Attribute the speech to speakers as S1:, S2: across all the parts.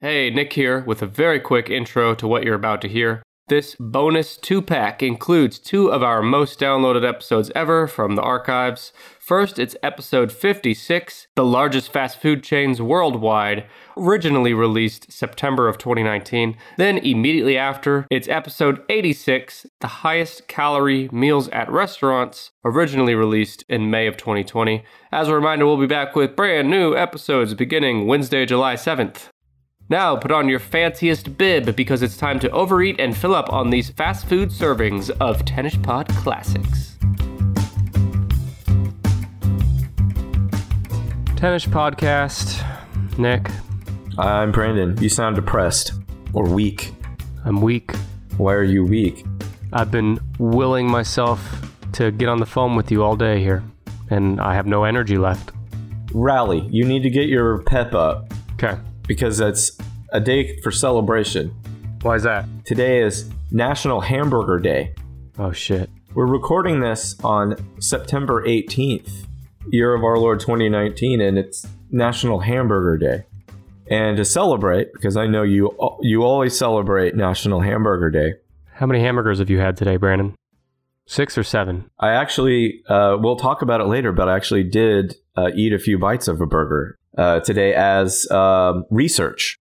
S1: Hey, Nick here with a very quick intro to what you're about to hear. This bonus two pack includes two of our most downloaded episodes ever from the archives. First, it's episode 56, the largest fast food chains worldwide, originally released September of 2019. Then, immediately after, it's episode 86, the highest calorie meals at restaurants, originally released in May of 2020. As a reminder, we'll be back with brand new episodes beginning Wednesday, July 7th. Now, put on your fanciest bib because it's time to overeat and fill up on these fast food servings of Tennis Pod Classics. Tennis Podcast, Nick,
S2: I'm Brandon. You sound depressed or weak.
S1: I'm weak.
S2: Why are you weak?
S1: I've been willing myself to get on the phone with you all day here, and I have no energy left.
S2: Rally. You need to get your pep up
S1: Okay,
S2: because it's a day for celebration.
S1: why is that?
S2: Today is National Hamburger Day.
S1: Oh shit.
S2: We're recording this on September 18th, year of our Lord 2019, and it's National Hamburger Day. And to celebrate, because I know you you always celebrate National Hamburger Day,
S1: How many hamburgers have you had today, Brandon? Six or seven?
S2: I actually, uh, we'll talk about it later, but I actually did uh, eat a few bites of a burger uh, today as um, research.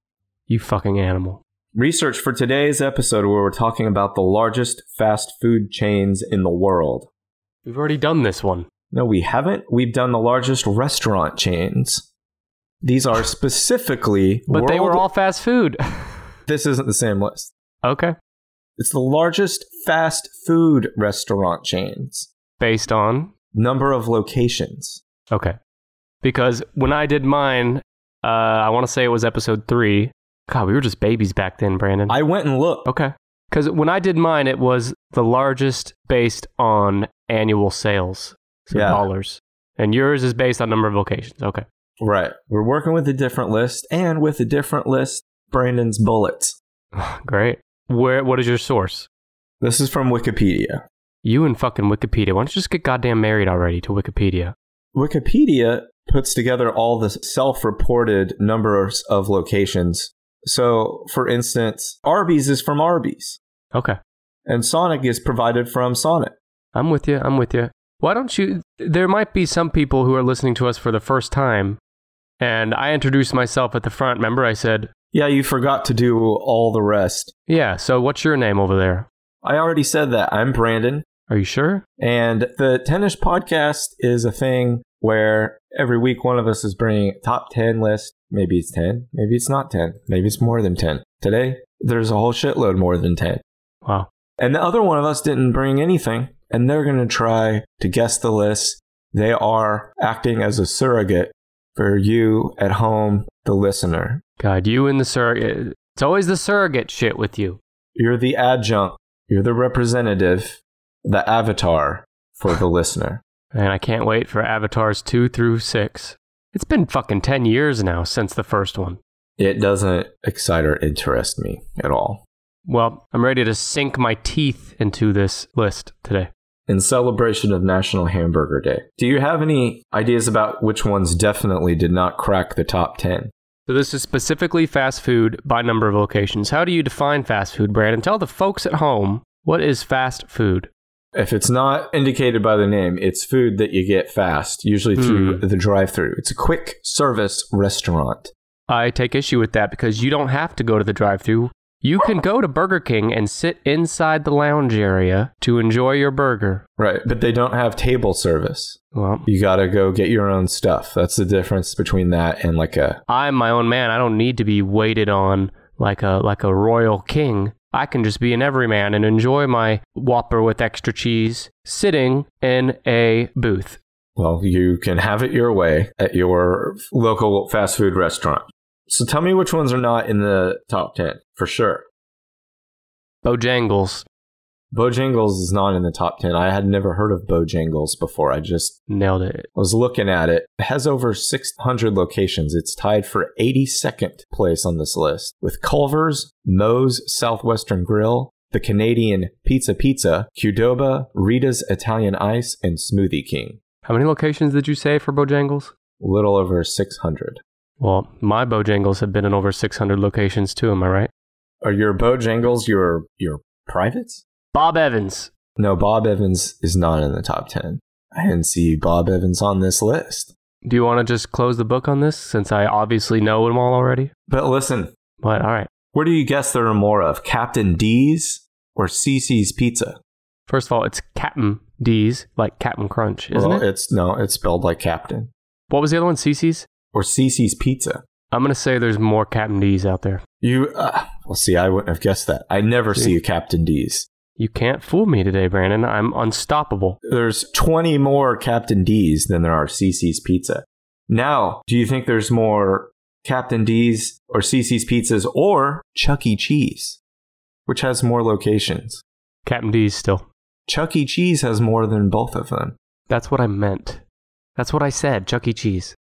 S1: You fucking animal.
S2: Research for today's episode, where we're talking about the largest fast food chains in the world.
S1: We've already done this one.
S2: No, we haven't. We've done the largest restaurant chains. These are specifically.
S1: But they were
S2: world-
S1: all fast food.
S2: This isn't the same list.
S1: okay.
S2: It's the largest fast food restaurant chains.
S1: Based on.
S2: Number of locations.
S1: Okay. Because when I did mine, uh, I want to say it was episode three. God, we were just babies back then, Brandon.
S2: I went and looked.
S1: okay. Because when I did mine, it was the largest based on annual sales, so
S2: Yeah.
S1: dollars. And yours is based on number of locations. Okay.
S2: Right. We're working with a different list, and with a different list, Brandon's bullets.
S1: Great. Where? What is your source?
S2: This is from Wikipedia.
S1: You and fucking Wikipedia. Why don't you just get goddamn married already to Wikipedia?
S2: Wikipedia puts together all the self reported numbers of locations. So, for instance, Arby's is from Arby's,
S1: Okay.
S2: and Sonic is provided from Sonic.
S1: I'm with you. I'm with you. Why don't you? There might be some people who are listening to us for the first time, and I introduced myself at the front. Remember, I said,
S2: Yeah, you forgot to do all the rest.
S1: "Yeah." So, what's your name over there?
S2: I already said that. I'm Brandon,
S1: Are you sure?
S2: and the Tennis Podcast is a thing where every week one of us is bringing a top 10 list. Maybe it's 10, maybe it's not 10, maybe it's more than 10. Today, there's a whole shitload more than 10.
S1: Wow.
S2: And the other one of us didn't bring anything, and they're going to try to guess the list. They are acting as a surrogate for you at home, the listener.
S1: God, you and the surrogate. It's always the surrogate shit with you.
S2: You're the adjunct, you're the representative, the avatar for the listener.
S1: And I can't wait for Avatars two through six. It's been fucking ten years now since the first one.
S2: It doesn't excite or interest me at all.
S1: Well, I'm ready to sink my teeth into this list today.
S2: In celebration of National Hamburger Day, do you have any ideas about which ones definitely did not crack the top 10?
S1: So this is specifically fast food by number of locations. How do you define fast food, Brandon? Tell the folks at home what is fast food.
S2: If it's not indicated by the name, it's food that you get fast, usually through the drive through. It's a quick service restaurant.
S1: I take issue with that because you don't have to go to the drive-through. You can go to Burger King and sit inside the lounge area to enjoy your burger.
S2: Right. But they don't have table service.
S1: Well,
S2: You got to go get your own stuff. That's the difference between that and like a.
S1: I'm my own man. I don't need to be waited on like a like a royal king. I can just be an everyman and enjoy my Whopper with extra cheese sitting in a booth.
S2: Well, you can have it your way at your local fast food restaurant. So tell me which ones are not in the top 10 for sure.
S1: Bojangles.
S2: Bojangles is not in the top 10. I had never heard of Bojangles before. I just
S1: Nailed it.
S2: I was looking at it. It has over 600 locations. It's tied for 82nd place on this list with Culver's, Moe's Southwestern Grill, the Canadian Pizza Pizza, Qdoba, Rita's Italian Ice, and Smoothie King.
S1: How many locations did you say for Bojangles?
S2: Little over 600.
S1: Well, my Bojangles have been in over 600 locations too, am I right?
S2: Are your Bojangles your your privates?
S1: Bob Evans.
S2: No, Bob Evans is not in the top 10. I didn't see Bob Evans on this list.
S1: Do you want to just close the book on this since I obviously know them all already?
S2: But listen,
S1: But all right.
S2: where do you guess there are more of? Captain D's or CC's Pizza?
S1: First of all, it's Captain D's, like Captain Crunch, isn't
S2: well,
S1: it?
S2: it's no, it's spelled like Captain
S1: What was the other one? CC's?
S2: or CC's Pizza.
S1: I'm going to say there's more Captain D's out there.
S2: You uh, well, see, I wouldn't have guessed that. I never
S1: See?
S2: see a Captain D's.
S1: You can't fool me today, Brandon. I'm unstoppable.
S2: There's 20 more Captain D's than there are CC's Pizza. Now, do you think there's more Captain D's or CC's Pizzas or Chuck E. Cheese, which has more locations?
S1: Captain D's still.
S2: Chuck E. Cheese has more than both of them.
S1: That's what I meant. That's what I said, Chuck E. Cheese.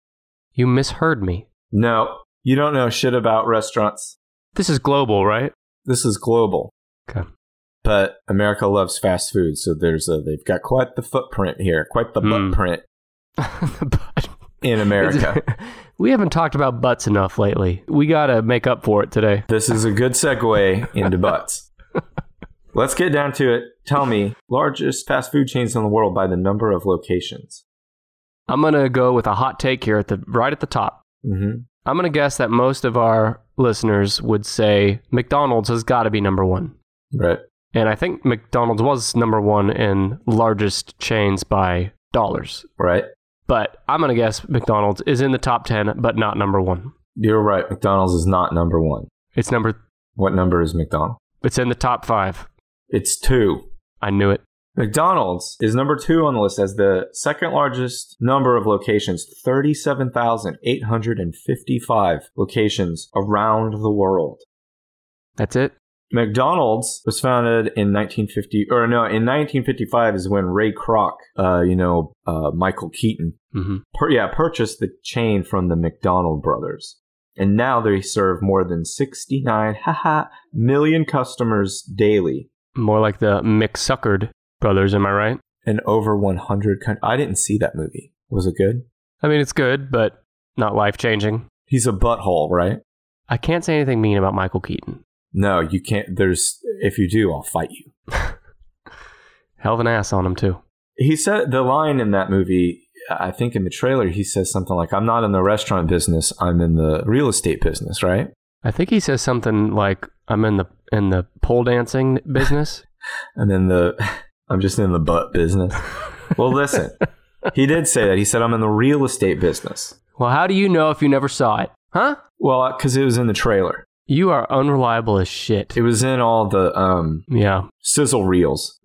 S1: You misheard me.
S2: No, you don't know shit about restaurants.
S1: This is global, right?
S2: This is global,
S1: Okay.
S2: but America loves fast food, so there's a, they've got quite the footprint here, quite the
S1: Hmm.
S2: footprint
S1: But-
S2: in America.
S1: we haven't talked about butts enough lately. We got to make up for it today.
S2: This is a good segue into butts. Let's get down to it. Tell me, largest fast food chains in the world by the number of locations.
S1: I'm going to go with a hot take here at the right at the top.
S2: Mm-hmm.
S1: I'm going to guess that most of our listeners would say McDonald's has got to be number 1.
S2: Right.
S1: And I think McDonald's was number 1 in largest chains by dollars.
S2: Right.
S1: But I'm going to guess McDonald's is in the top 10 but not number 1.
S2: You're right. McDonald's is not number one.
S1: It's number
S2: What number is McDonald's?
S1: it's in the top 5.
S2: It's two.
S1: I knew it.
S2: McDonald's is number two on the list as the second largest number of locations, 37,855 locations around the world.
S1: That's it.
S2: McDonald's was founded in 1950, or no, in 1955 is when Ray Kroc, uh, you know, uh, Michael Keaton,
S1: Mm-hmm.
S2: pur- yeah, purchased the chain from the McDonald brothers. And now they serve more than 69 haha, million customers daily
S1: More like the McSuckered brothers, am I right?
S2: in over 100 countries. I didn't see that movie. Was it good?
S1: I mean, it's good, but not life changing.
S2: He's a butthole, right?
S1: I can't say anything mean about Michael Keaton.
S2: No, you can't. There's, if you do, I'll fight you.
S1: Hell of an ass on him, too.
S2: He said the line in that movie, I think in the trailer, he says something like, I'm not in the restaurant business, I'm in the real estate business, right?
S1: I think he says something like, "I'm in the in the pole dancing business."
S2: And then the, I'm just in the butt business. Well, listen, he did say that. He said, I'm in the real estate business.
S1: well, how do you know if you never saw it, huh?
S2: Well, because it was in the trailer,
S1: You are unreliable as shit.
S2: it was in all the um,
S1: yeah,
S2: sizzle reels.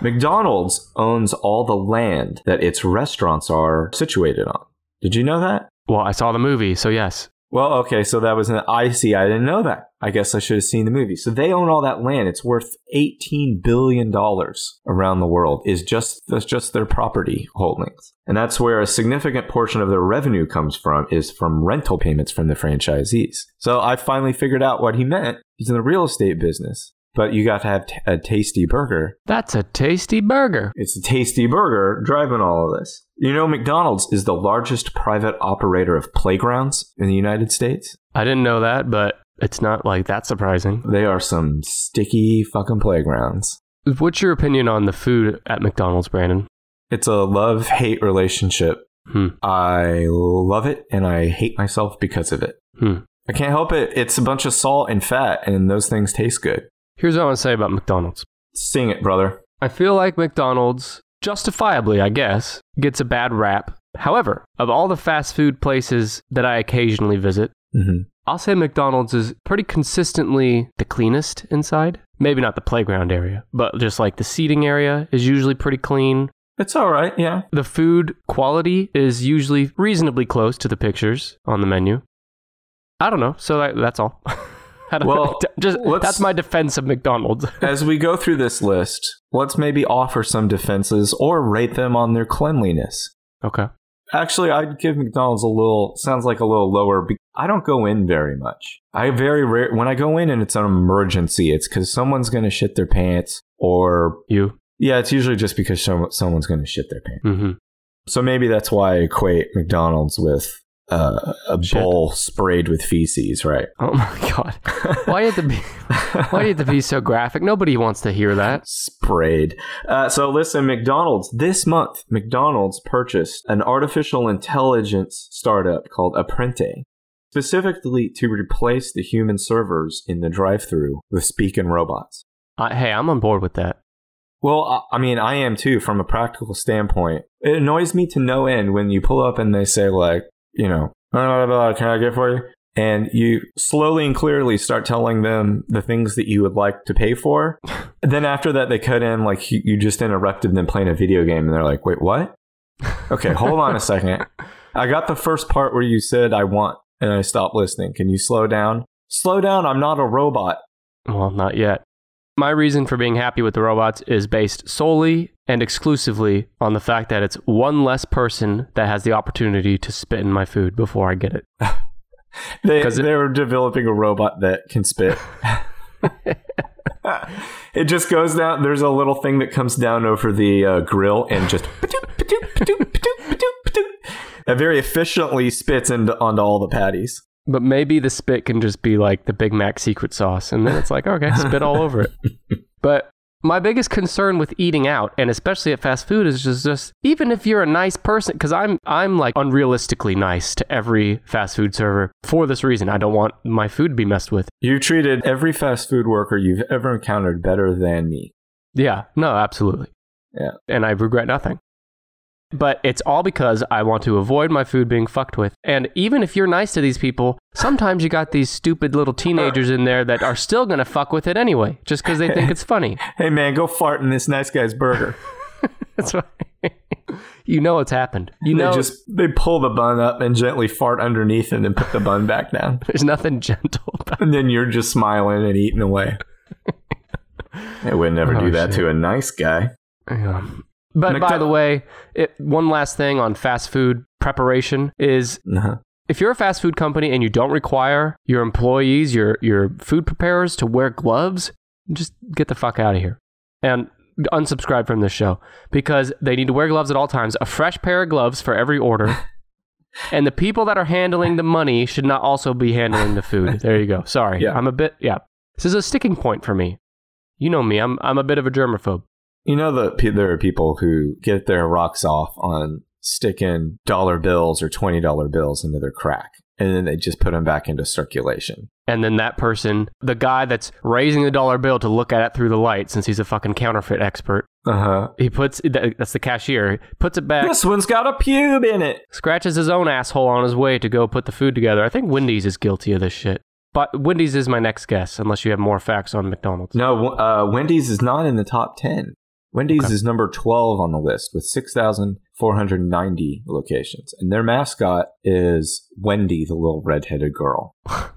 S2: McDonald's owns all the land that its restaurants are situated on. Did you know that?
S1: well, I saw the movie, so yes.
S2: Well, okay, so that was an I see. I didn't know that. I guess I should have seen the movie. So they own all that land. It's worth eighteen billion dollars around the world. Is just that's just their property holdings, and that's where a significant portion of their revenue comes from is from rental payments from the franchisees. So I finally figured out what he meant. He's in the real estate business, but you got to have t- a tasty burger
S1: That's a tasty burger.
S2: it's a tasty burger driving all of this. You know, McDonald's is the largest private operator of playgrounds in the United States.
S1: I didn't know that, but it's not like that surprising.
S2: They are some sticky fucking playgrounds.
S1: What's your opinion on the food at McDonald's, Brandon?
S2: It's a love hate relationship.
S1: Hmm.
S2: I love it and I hate myself because of it.
S1: Hmm.
S2: I can't help it. It's a bunch of salt and fat, and those things taste good.
S1: Here's what I want to say about McDonald's.
S2: Sing it, brother.
S1: I feel like McDonald's, justifiably, I guess, gets a bad rap. However, of all the fast food places that I occasionally visit,
S2: Mm-hmm.
S1: I'll say McDonald's is pretty consistently the cleanest inside. Maybe not the playground area, but just like the seating area is usually pretty clean.
S2: It's all right. Yeah.
S1: The food quality is usually reasonably close to the pictures on the menu. I don't know. So that, that's all. I don't
S2: Well,
S1: just
S2: let's-
S1: that's my defense of McDonald's.
S2: As we go through this list, let's maybe offer some defenses or rate them on their cleanliness.
S1: okay.
S2: Actually, I'd give McDonald's a little. Sounds like a little lower. be- I don't go in very much. I very rare when I go in and it's an emergency. It's because someone's gonna shit their pants, or
S1: You.
S2: yeah, it's usually just because some- someone's gonna shit their pants.
S1: Mhm.
S2: So maybe that's why I equate McDonald's with uh, a
S1: Shit.
S2: bowl sprayed with feces, right?
S1: Oh my god! Why you have to be? Why do you have to be so graphic? Nobody wants to hear that.
S2: Sprayed. Uh, so listen, McDonald's this month, McDonald's purchased an artificial intelligence startup called Apprente, specifically to replace the human servers in the drive-through with speaking robots.
S1: I, hey, I'm on board with that.
S2: Well, I I mean, I am too, from a practical standpoint. It annoys me to no end when you pull up and they say, like, you know, "Blah, blah, blah, can I get for you? And you slowly and clearly start telling them the things that you would like to pay for. then after that, they cut in, like, you, you just interrupted them playing a video game, and they're like, wait, what? Okay, hold on a second. I got the first part where you said, I want, and I stopped listening. Can you slow down? Slow down, I'm not a robot.
S1: Well, not yet. My reason for being happy with the robots is based solely and exclusively on the fact that it's one less person that has the opportunity to spit in my food before I get it.
S2: They,
S1: 'Cause it-
S2: they're developing a robot that can spit. it just goes down. There's a little thing that comes down over the uh, grill and just patoop, patoop, patoop, patoop, patoop, patoop. It very efficiently spits into, onto all the patties.
S1: But maybe the spit can just be like the Big Mac secret sauce, and then it's like, okay, spit all over it. But my biggest concern with eating out, and especially at fast food, is just, just even if you're a nice person, because I'm I'm like unrealistically nice to every fast food server for this reason. I don't want my food to be messed with.
S2: You treated every fast food worker you've ever encountered better than me.
S1: Yeah, no, absolutely.
S2: Yeah.
S1: And I regret nothing. But it's all because I want to avoid my food being fucked with. And even if you're nice to these people, sometimes you got these stupid little teenagers in there that are still going to fuck with it anyway, just because they think it's funny.
S2: Hey man, go fart in this nice guy's burger.
S1: That's right. you know it's happened. You know
S2: they just they pull the bun up and gently fart underneath and then put the bun back down.
S1: there's nothing gentle about
S2: And then you're just smiling and eating away. I would never
S1: Oh,
S2: do that
S1: shit.
S2: to a nice guy.
S1: Yeah. But by
S2: McDo-
S1: the way, it, one last thing on fast food preparation is
S2: Uh-huh.
S1: if you're a fast food company and you don't require your employees, your your food preparers to wear gloves, just get the fuck out of here and unsubscribe from this show because they need to wear gloves at all times, a fresh pair of gloves for every order. and the people that are handling the money should not also be handling the food. There you go. Sorry.
S2: Yeah.
S1: I'm a bit yeah. This is a sticking point for me. You know me. I'm I'm a bit of a germaphobe.
S2: You know that pe- there are people who get their rocks off on sticking dollar bills or twenty dollar bills into their crack, and then they just put them back into circulation.
S1: And then that person, the guy that's raising the dollar bill to look at it through the light since he's a fucking counterfeit expert,
S2: Uh huh.
S1: He puts th- that's the cashier. Puts it back.
S2: This one's got a pube in it.
S1: Scratches his own asshole on his way to go put the food together. I think Wendy's is guilty of this shit. But Wendy's is my next guess, unless you have more facts on McDonald's.
S2: No, uh, Wendy's is not in the top ten. Wendy's
S1: Okay.
S2: is number twelve on the list with six thousand four hundred ninety locations, and their mascot is Wendy, the little redheaded girl.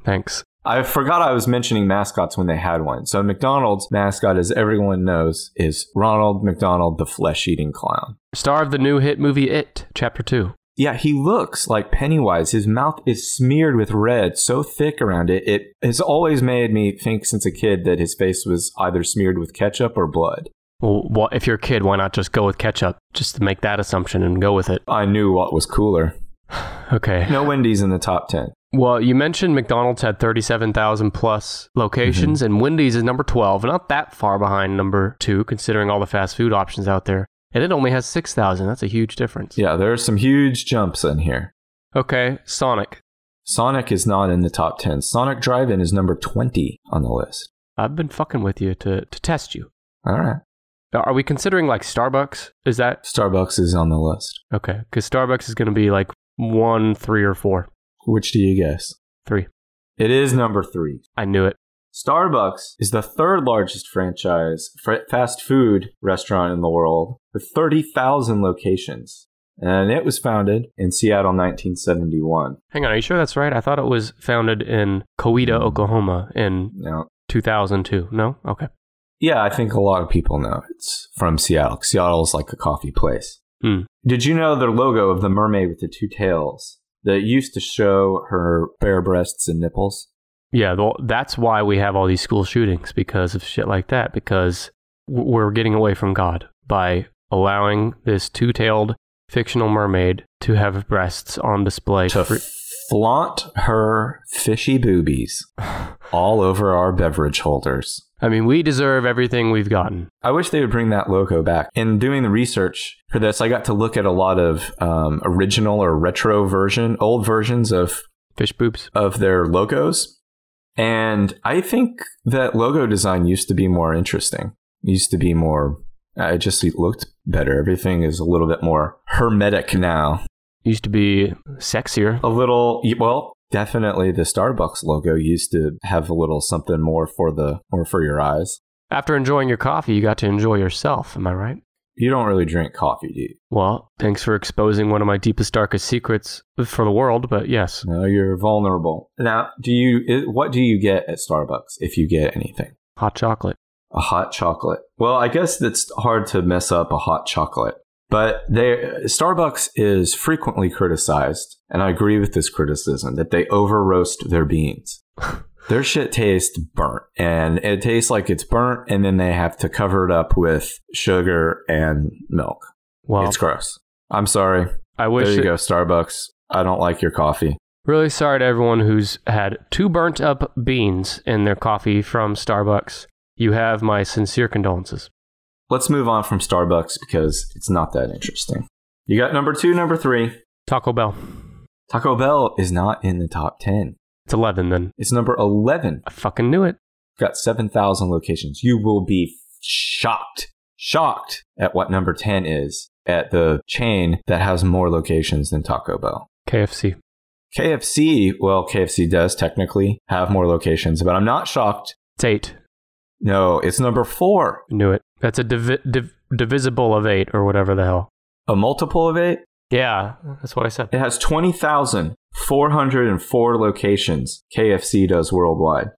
S1: Thanks.
S2: I forgot I was mentioning mascots when they had one. So McDonald's mascot, as everyone knows, is Ronald McDonald, the flesh-eating clown.
S1: Star of the new hit movie It, Chapter Two.
S2: Yeah, he looks like Pennywise. His mouth is smeared with red, so thick around it. It has always made me think since a kid that his face was either smeared with ketchup or blood.
S1: Well, wha- if you're a kid, why not just go with ketchup? Just to make that assumption and go with it.
S2: I knew what was cooler.
S1: Okay.
S2: No Wendy's in the top 10.
S1: Well, you mentioned McDonald's had 37,000 plus locations, and Wendy's is number 12, not that far behind number two, considering all the fast food options out there. And it only has 6,000. That's a huge difference.
S2: Yeah, there are some huge jumps in here.
S1: Okay, Sonic.
S2: Sonic is not in the top 10. Sonic Drive In is number 20 on the list.
S1: I've been fucking with you to, to test you.
S2: All right.
S1: Are we considering like Starbucks? Is that
S2: Starbucks is on the list.
S1: okay? Because Starbucks is going to be like one, three, or four.
S2: Which do you guess?
S1: Three.
S2: It is number three.
S1: I knew it.
S2: Starbucks is the third largest franchise fr- fast food restaurant in the world with 30,000 locations. And it was founded in Seattle 1971.
S1: Hang on, are you sure that's right? I thought it was founded in Coweta, Oklahoma in
S2: Now,
S1: 2002. No? Okay.
S2: yeah, I think a lot of people know it's from Seattle. 'cause Seattle is like a coffee place.
S1: Hmm.
S2: Did you know their logo of the mermaid with the two tails that used to show her bare breasts and nipples?
S1: Yeah, th- that's why we have all these school shootings because of shit like that. Because w- we're getting away from God by allowing this two-tailed fictional mermaid to have breasts on display.
S2: to
S1: for-
S2: flaunt her fishy boobies all over our beverage holders.
S1: I mean, we deserve everything we've gotten.
S2: I wish they would bring that logo back. In doing the research for this, I got to look at a lot of um, original or retro version, old versions of
S1: Fish boobs.
S2: of their logos, and I think that logo design used to be more interesting. Used to be more. uh, It just looked better. Everything is a little bit more hermetic now.
S1: Used to be sexier.
S2: a little well definitely the starbucks logo used to have a little something more for the or for your eyes
S1: After enjoying your coffee, you got to enjoy yourself. Am I right?
S2: you don't really drink coffee do you
S1: Well, thanks for exposing one of my deepest, darkest secrets for the world, but yes.
S2: no you're vulnerable now do you i- what do you get at starbucks if you get anything
S1: Hot chocolate.
S2: a hot chocolate well i guess it's hard to mess up a hot chocolate but they starbucks is frequently criticized and i agree with this criticism that they over roast their beans Their shit tastes burnt and it tastes like it's burnt and then they have to cover it up with sugar and milk.
S1: Well,
S2: it's gross. I'm sorry.
S1: I wish
S2: there you
S1: it-
S2: go, Starbucks. I don't like your coffee.
S1: Really sorry to everyone who's had two burnt up beans in their coffee from Starbucks. You have my sincere condolences.
S2: Let's move on from Starbucks because it's not that interesting. You got number two, number three.
S1: Taco Bell.
S2: Taco Bell is not in the top 10.
S1: It's 11 then.
S2: It's number 11.
S1: I fucking knew it.
S2: Got 7,000 locations. You will be shocked, shocked at what number 10 is at the chain that has more locations than Taco Bell.
S1: KFC.
S2: KFC, well, KFC does technically have more locations, but I'm not shocked.
S1: It's 8.
S2: No, it's number four,
S1: Knew it. That's a divi- div- divisible of 8 or whatever the hell.
S2: a multiple of eight.
S1: Yeah, that's what I said.
S2: It has 20,404 locations KFC does worldwide.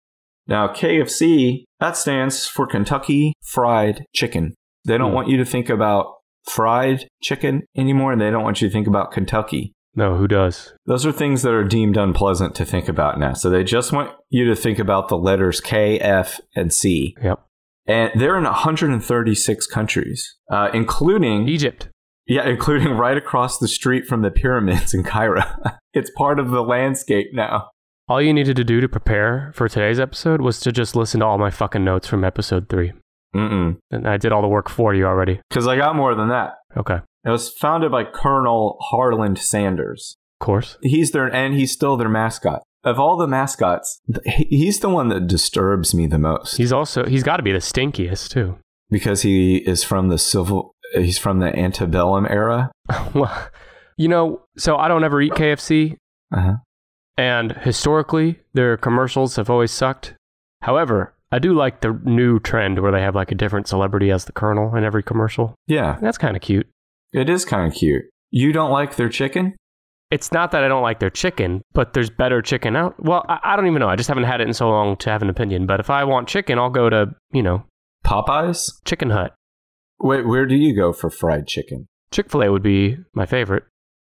S2: Now, KFC, that stands for Kentucky Fried Chicken. They don't
S1: Hmm.
S2: want you to think about fried chicken anymore, and they don't want you to think about Kentucky.
S1: No, who does?
S2: Those are things that are deemed unpleasant to think about now. So they just want you to think about the letters K, F, and C.
S1: Yep.
S2: and they're in 136 countries, uh, including
S1: Egypt.
S2: yeah, including right across the street from the pyramids in Cairo. it's part of the landscape now.
S1: All you needed to do to prepare for today's episode was to just listen to all my fucking notes from episode 3.
S2: Mm-mm.
S1: And I did all the work for you already.
S2: Because I got more than that.
S1: Okay. Of
S2: It was founded by Colonel Harland Sanders.
S1: course.
S2: He's their and he's still their mascot. Of all the mascots, th- he- he's the one that disturbs me the most
S1: He's also he's got to be the stinkiest too.
S2: because he is from the civil. He's from the antebellum era.
S1: Well, you know, so I don't ever eat KFC,
S2: Uh-huh.
S1: and historically, their commercials have always sucked. However, I do like the new trend where they have like a different celebrity as the colonel in every commercial.
S2: Yeah,
S1: That's kind of cute.
S2: it is kind of cute. You don't like their chicken?
S1: It's not that I don't like their chicken, but there's better chicken out. Well, I, I don't even know. I just haven't had it in so long to have an opinion. But if I want chicken, I'll go to, you know,
S2: Popeyes?
S1: Chicken Hut.
S2: Wait, where do you go for fried chicken?
S1: Chick fil A would be my favorite.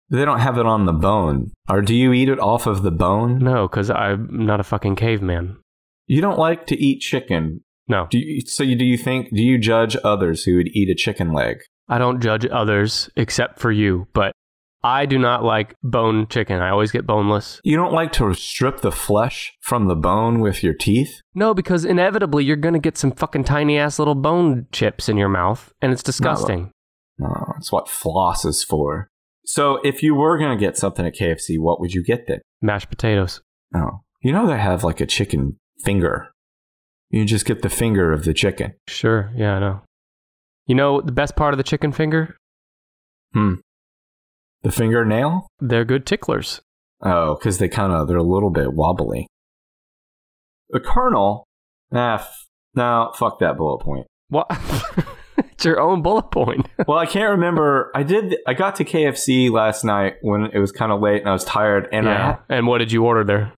S2: They don't have it on the bone. Or do you eat it off of the bone?
S1: No, because I'm not a fucking caveman.
S2: You don't like to eat chicken.
S1: No.
S2: Do you, so you- do you think do you judge others who would eat a chicken leg?
S1: I don't judge others except for you, but I do not like bone chicken. I always get boneless.
S2: You don't like to strip the flesh from the bone with your teeth?
S1: No, because inevitably you're going to get some fucking tiny ass little bone chips in your mouth, and it's disgusting.
S2: No, that's what floss is for. So if you were going to get something at KFC, what would you get then?
S1: Mashed potatoes.
S2: Oh. You know they have like a chicken finger. You just get the finger of the chicken.
S1: Sure. Yeah, I know. You know the best part of the chicken finger?
S2: Hmm. The fingernail?
S1: They're good ticklers.
S2: Oh, because they kind of they're a little bit wobbly. The colonel, nah, f- no, fuck that bullet point.
S1: What? it's your own bullet point.
S2: Well, I can't remember. I did. I got to KFC last night when it was kind of late and I was tired. And I
S1: yeah.
S2: ha-
S1: and what did you order there?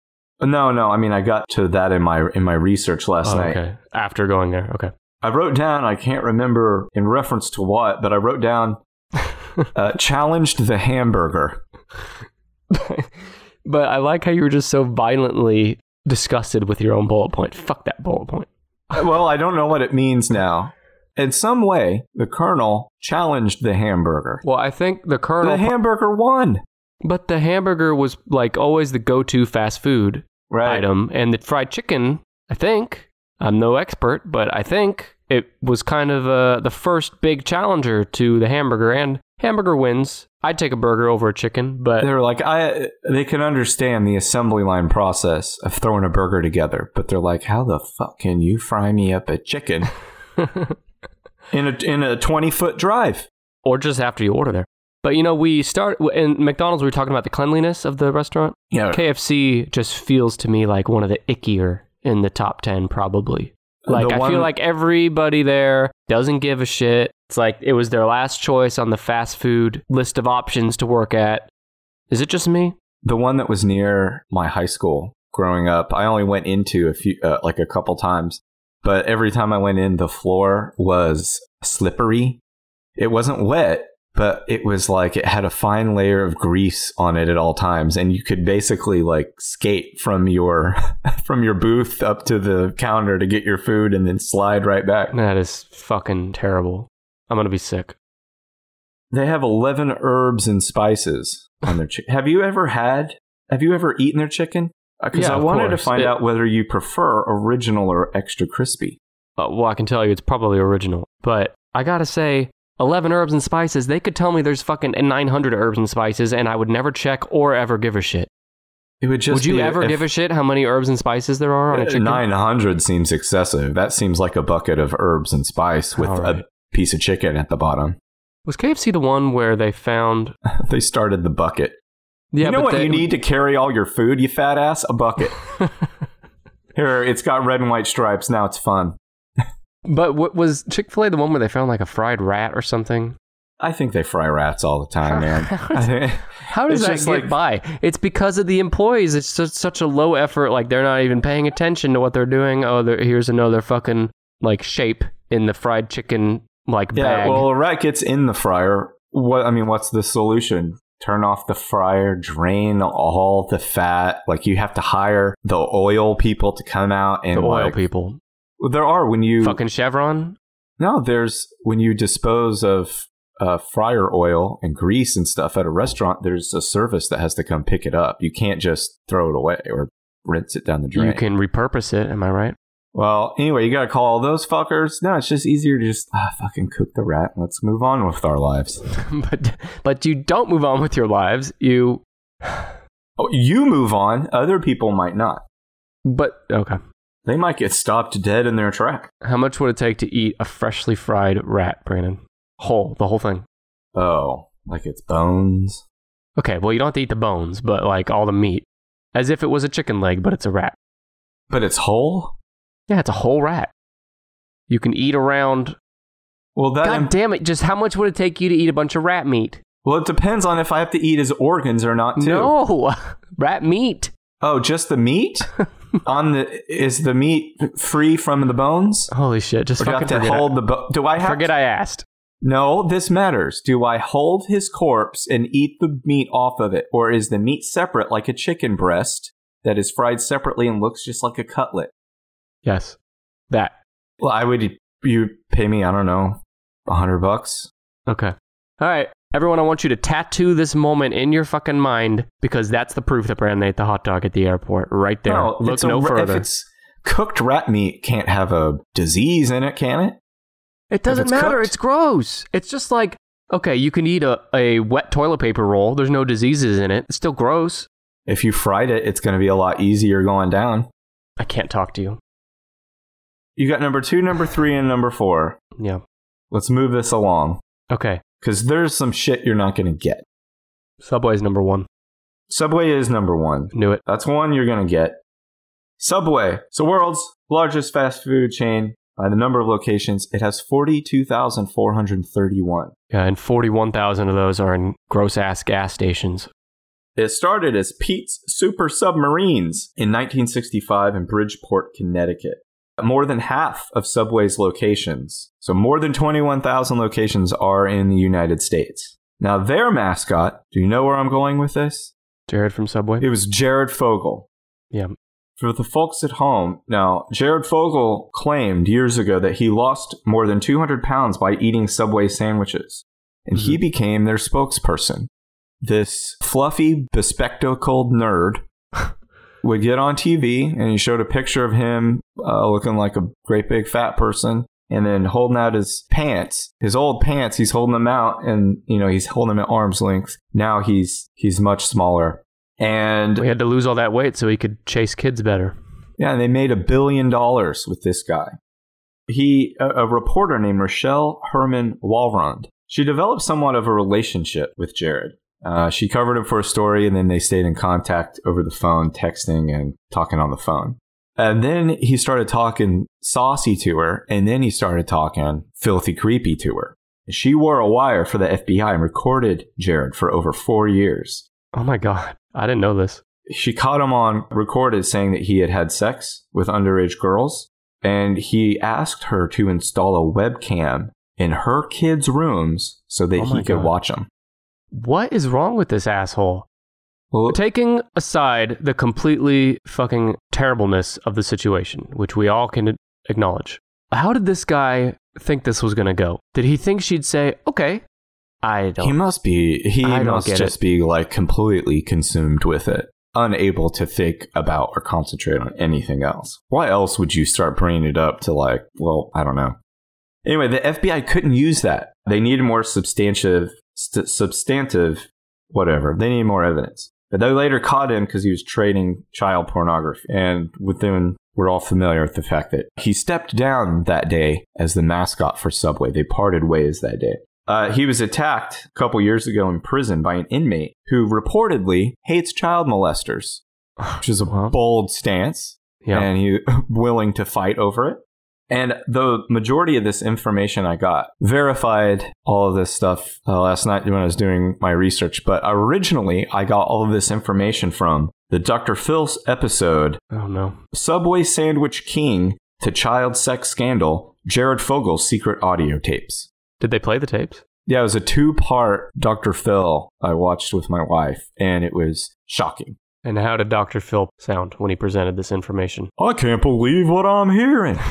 S2: no, no. I mean, I got to that in my in my research last
S1: Oh,
S2: night.
S1: okay. After going there. Okay.
S2: I wrote down. I can't remember in reference to what, but I wrote down. uh, challenged the hamburger.
S1: But I like how you were just so violently disgusted with your own bullet point. Fuck that bullet point.
S2: Well, I don't know what it means now. In some way, the Colonel challenged the hamburger.
S1: Well, I think the Colonel.
S2: the hamburger won.
S1: but the hamburger was like always the go to fast food
S2: Right.
S1: item. And the fried chicken, I think, I'm no expert, but I think it was kind of uh, the first big challenger to the hamburger. And hamburger wins. I'd take a burger over a chicken, but
S2: They're like, I. They can understand the assembly line process of throwing a burger together, but they're like, how the fuck can you fry me up a chicken in a in a twenty foot drive?
S1: or just after you order there. But you know, we start in McDonald's. We were talking about the cleanliness of the restaurant.
S2: Yeah.
S1: KFC just feels to me like one of the ickier in the top 10, probably. Like,
S2: The
S1: I
S2: one-
S1: feel like everybody there doesn't give a shit. It's like it was their last choice on the fast food list of options to work at. Is it just me?
S2: the one that was near my high school growing up i only went into a few uh, like a couple times but every time i went in the floor was slippery it wasn't wet but it was like it had a fine layer of grease on it at all times and you could basically like skate from your from your booth up to the counter to get your food and then slide right back
S1: That is fucking terrible. I'm going to be sick.
S2: they have 11 herbs and spices on their chicken. have you ever had, have you ever eaten their chicken? Because
S1: Yeah,
S2: I
S1: of
S2: wanted to
S1: course.
S2: find
S1: It-
S2: out whether you prefer original or extra crispy.
S1: Uh, well, I can tell you it's probably original, but I gotta say, 11 herbs and spices, they could tell me there's fucking 900 herbs and spices, and I would never check or ever give a shit.
S2: It would just
S1: would you
S2: be
S1: ever
S2: if-
S1: give a shit how many herbs and spices there are on a chicken?
S2: 900 seems excessive. That seems like a bucket of herbs and spice with
S1: All right.
S2: a piece of chicken at the bottom.
S1: Was KFC the one where they found.
S2: They started the bucket.
S1: Yeah,
S2: you know
S1: but
S2: what
S1: they-
S2: you need to carry all your food, you fat ass? A bucket. Here, it's got red and white stripes. Now it's fun.
S1: But what was Chick fil A the one where they found like a fried rat or something?
S2: I think they fry rats all the time, man. I think-
S1: How does
S2: It's
S1: that
S2: just
S1: get
S2: like-
S1: by? It's because of the employees. It's just such a low effort. Like they're not even paying attention to what they're doing. Oh, there- here's another fucking like shape in the fried chicken like
S2: Yeah,
S1: bag.
S2: well, a rat gets in the fryer. What I mean, what's the solution? Turn off the fryer, drain all the fat. Like you have to hire the oil people to come out and
S1: the oil
S2: like-
S1: people,
S2: Well, There are when you
S1: fucking Chevron.
S2: no, there's when you dispose of uh, fryer oil and grease and stuff at a restaurant. There's a service that has to come pick it up. You can't just throw it away or rinse it down the drain.
S1: You can repurpose it. Am I right?
S2: Well, anyway, you got to call all those fuckers. No, it's just easier to just ah, fucking cook the rat. and Let's move on with our lives.
S1: but but you don't move on with your lives. You
S2: Oh, you move on. Other people might not.
S1: but okay.
S2: They might get stopped dead in their track.
S1: How much would it take to eat a freshly fried rat, Brandon? Whole, the whole thing.
S2: Oh, like it's bones.
S1: Okay, well, you don't have to eat the bones, but like all the meat. As if it was a chicken leg, but it's a rat.
S2: But it's whole?
S1: Yeah, it's a whole rat. You can eat around.
S2: Well, that.
S1: God damn it, just how much would it take you to eat a bunch of rat meat?
S2: well, it depends on if I have to eat his organs or not, too.
S1: No! rat meat.
S2: Oh, just the meat? on the Is the meat free from the bones?
S1: Holy shit, just
S2: Or do I
S1: fucking
S2: have to
S1: forget,
S2: hold the bo- Do I
S1: I,
S2: have
S1: forget
S2: to-
S1: I asked.
S2: No, this matters. Do I hold his corpse and eat the meat off of it? Or is the meat separate like a chicken breast that is fried separately and looks just like a cutlet?
S1: Yes. That.
S2: Well, I would you pay me, I don't know, a hundred bucks.
S1: Okay. All right. Everyone, I want you to tattoo this moment in your fucking mind because that's the proof that Brandon ate the hot dog at the airport right there. Look
S2: it's a
S1: no
S2: ra-
S1: further.
S2: If it's cooked rat meat, can't have a disease in it, can it?
S1: It doesn't
S2: it's
S1: matter.
S2: cooked.
S1: It's gross. It's just like, okay, you can eat a, a wet toilet paper roll. There's no diseases in it. It's still gross.
S2: If you fried it, it's going to be a lot easier going down.
S1: I can't talk to you.
S2: You got number two, number three, and number four.
S1: Yeah.
S2: Let's move this along
S1: Okay.
S2: because there's some shit you're not going to get.
S1: Subway's number one.
S2: Subway is number one.
S1: Knew it.
S2: That's one you're going to get. Subway, it's the world's largest fast food chain by the number of locations. It has 42,431.
S1: Yeah, and 41,000 of those are in gross ass gas stations.
S2: It started as Pete's Super Submarines in 1965 in Bridgeport, Connecticut. More than half of Subway's locations, so more than 21,000 locations, are in the United States. Now, their mascot, do you know where I'm going with this?
S1: Jared from Subway?
S2: It was Jared Fogle.
S1: Yeah.
S2: For the folks at home, now, Jared Fogle claimed years ago that he lost more than 200 pounds by eating Subway sandwiches, and he became their spokesperson. This fluffy, bespectacled nerd would get on TV, and he showed a picture of him uh, looking like a great big fat person, and then holding out his pants, his old pants. He's holding them out, and you know he's holding them at arm's length. Now he's he's much smaller, and
S1: We had to lose all that weight so he could chase kids better.
S2: yeah, and they made a billion dollars with this guy. He, a, a reporter named Rochelle Herman Walrond, she developed somewhat of a relationship with Jared. Uh, she covered him for a story, and then they stayed in contact over the phone, texting and talking on the phone. And then he started talking saucy to her, and then he started talking filthy creepy to her. She wore a wire for the FBI and recorded Jared for over four years
S1: Oh my God. I didn't know this.
S2: she caught him on recorded saying that he had had sex with underage girls and he asked her to install a webcam in her kids' rooms so that
S1: Oh
S2: he
S1: my
S2: could
S1: God.
S2: watch them.
S1: What is wrong with this asshole?
S2: Well,
S1: Taking aside the completely fucking terribleness of the situation, which we all can acknowledge, how did this guy think this was going to go? Did he think she'd say, okay, I
S2: he
S1: don't.
S2: must be he
S1: I don't
S2: must
S1: get
S2: just
S1: it.
S2: be like completely consumed with it, unable to think about or concentrate on anything else. Why else would you start bringing it up to like, well, I don't know. Anyway, the FBI couldn't use that. They needed more substantive st- substantive whatever. They need more evidence. But they later caught him because he was trading child pornography. And within, we're all familiar with the fact that he stepped down that day as the mascot for Subway. They parted ways that day. Uh, he was attacked a couple years ago in prison by an inmate who reportedly hates child molesters, which is a
S1: Wow.
S2: bold stance
S1: yeah.
S2: and he willing to fight over it. And the majority of this information I got verified all of this stuff uh, last night when I was doing my research. But originally, I got all of this information from the Dr. Phil episode
S1: Oh no.
S2: Subway Sandwich King to Child Sex Scandal, Jared Fogel's Secret Audio Tapes.
S1: Did they play the tapes?
S2: Yeah, it was a two part Dr. Phil I watched with my wife, and it was shocking.
S1: And how did Dr. Phil sound when he presented this information?
S2: I can't believe what I'm hearing.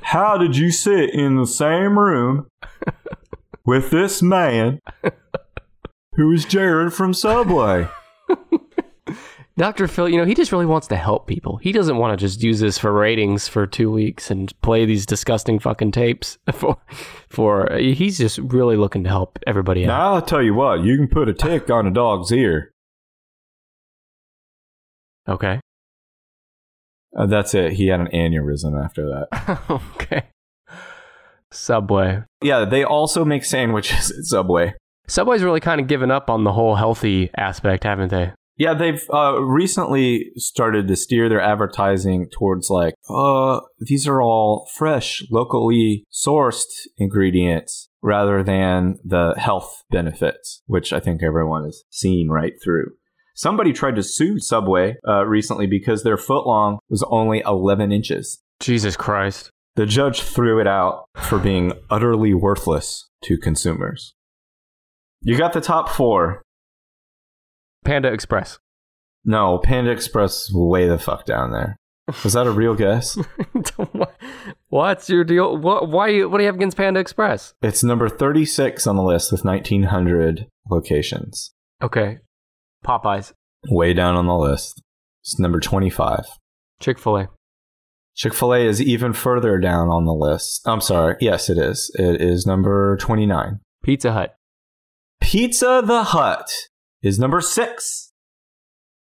S2: How did you sit in the same room with this man who is Jared from Subway?
S1: Dr. Phil, you know, he just really wants to help people. He doesn't want to just use this for ratings for two weeks and play these disgusting fucking tapes for, for, he's just really looking to help everybody out.
S2: Now I'll tell you what, you can put a tick on a dog's ear.
S1: Okay.
S2: Uh, that's it. He had an aneurysm after that.
S1: okay. Subway.
S2: Yeah, they also make sandwiches at Subway.
S1: Subway's really kind of given up on the whole healthy aspect, haven't they?
S2: Yeah, they've uh, recently started to steer their advertising towards like, uh, these are all fresh, locally sourced ingredients rather than the health benefits, which I think everyone is seeing right through. Somebody tried to sue Subway uh, recently because their footlong was only 11 inches.
S1: Jesus Christ.
S2: The judge threw it out for being utterly worthless to consumers. You got the top four.
S1: Panda Express.
S2: No, Panda Express is way the fuck down there. Was that a real guess?
S1: What's your deal? What, why you, what do you have against Panda Express?
S2: it's number 36 on the list with 1900 locations.
S1: Okay. Popeyes.
S2: Way down on the list. It's number 25.
S1: Chick fil A.
S2: Chick fil A is even further down on the list. I'm sorry. Yes, it is. It is number 29.
S1: Pizza Hut.
S2: Pizza the Hut is number six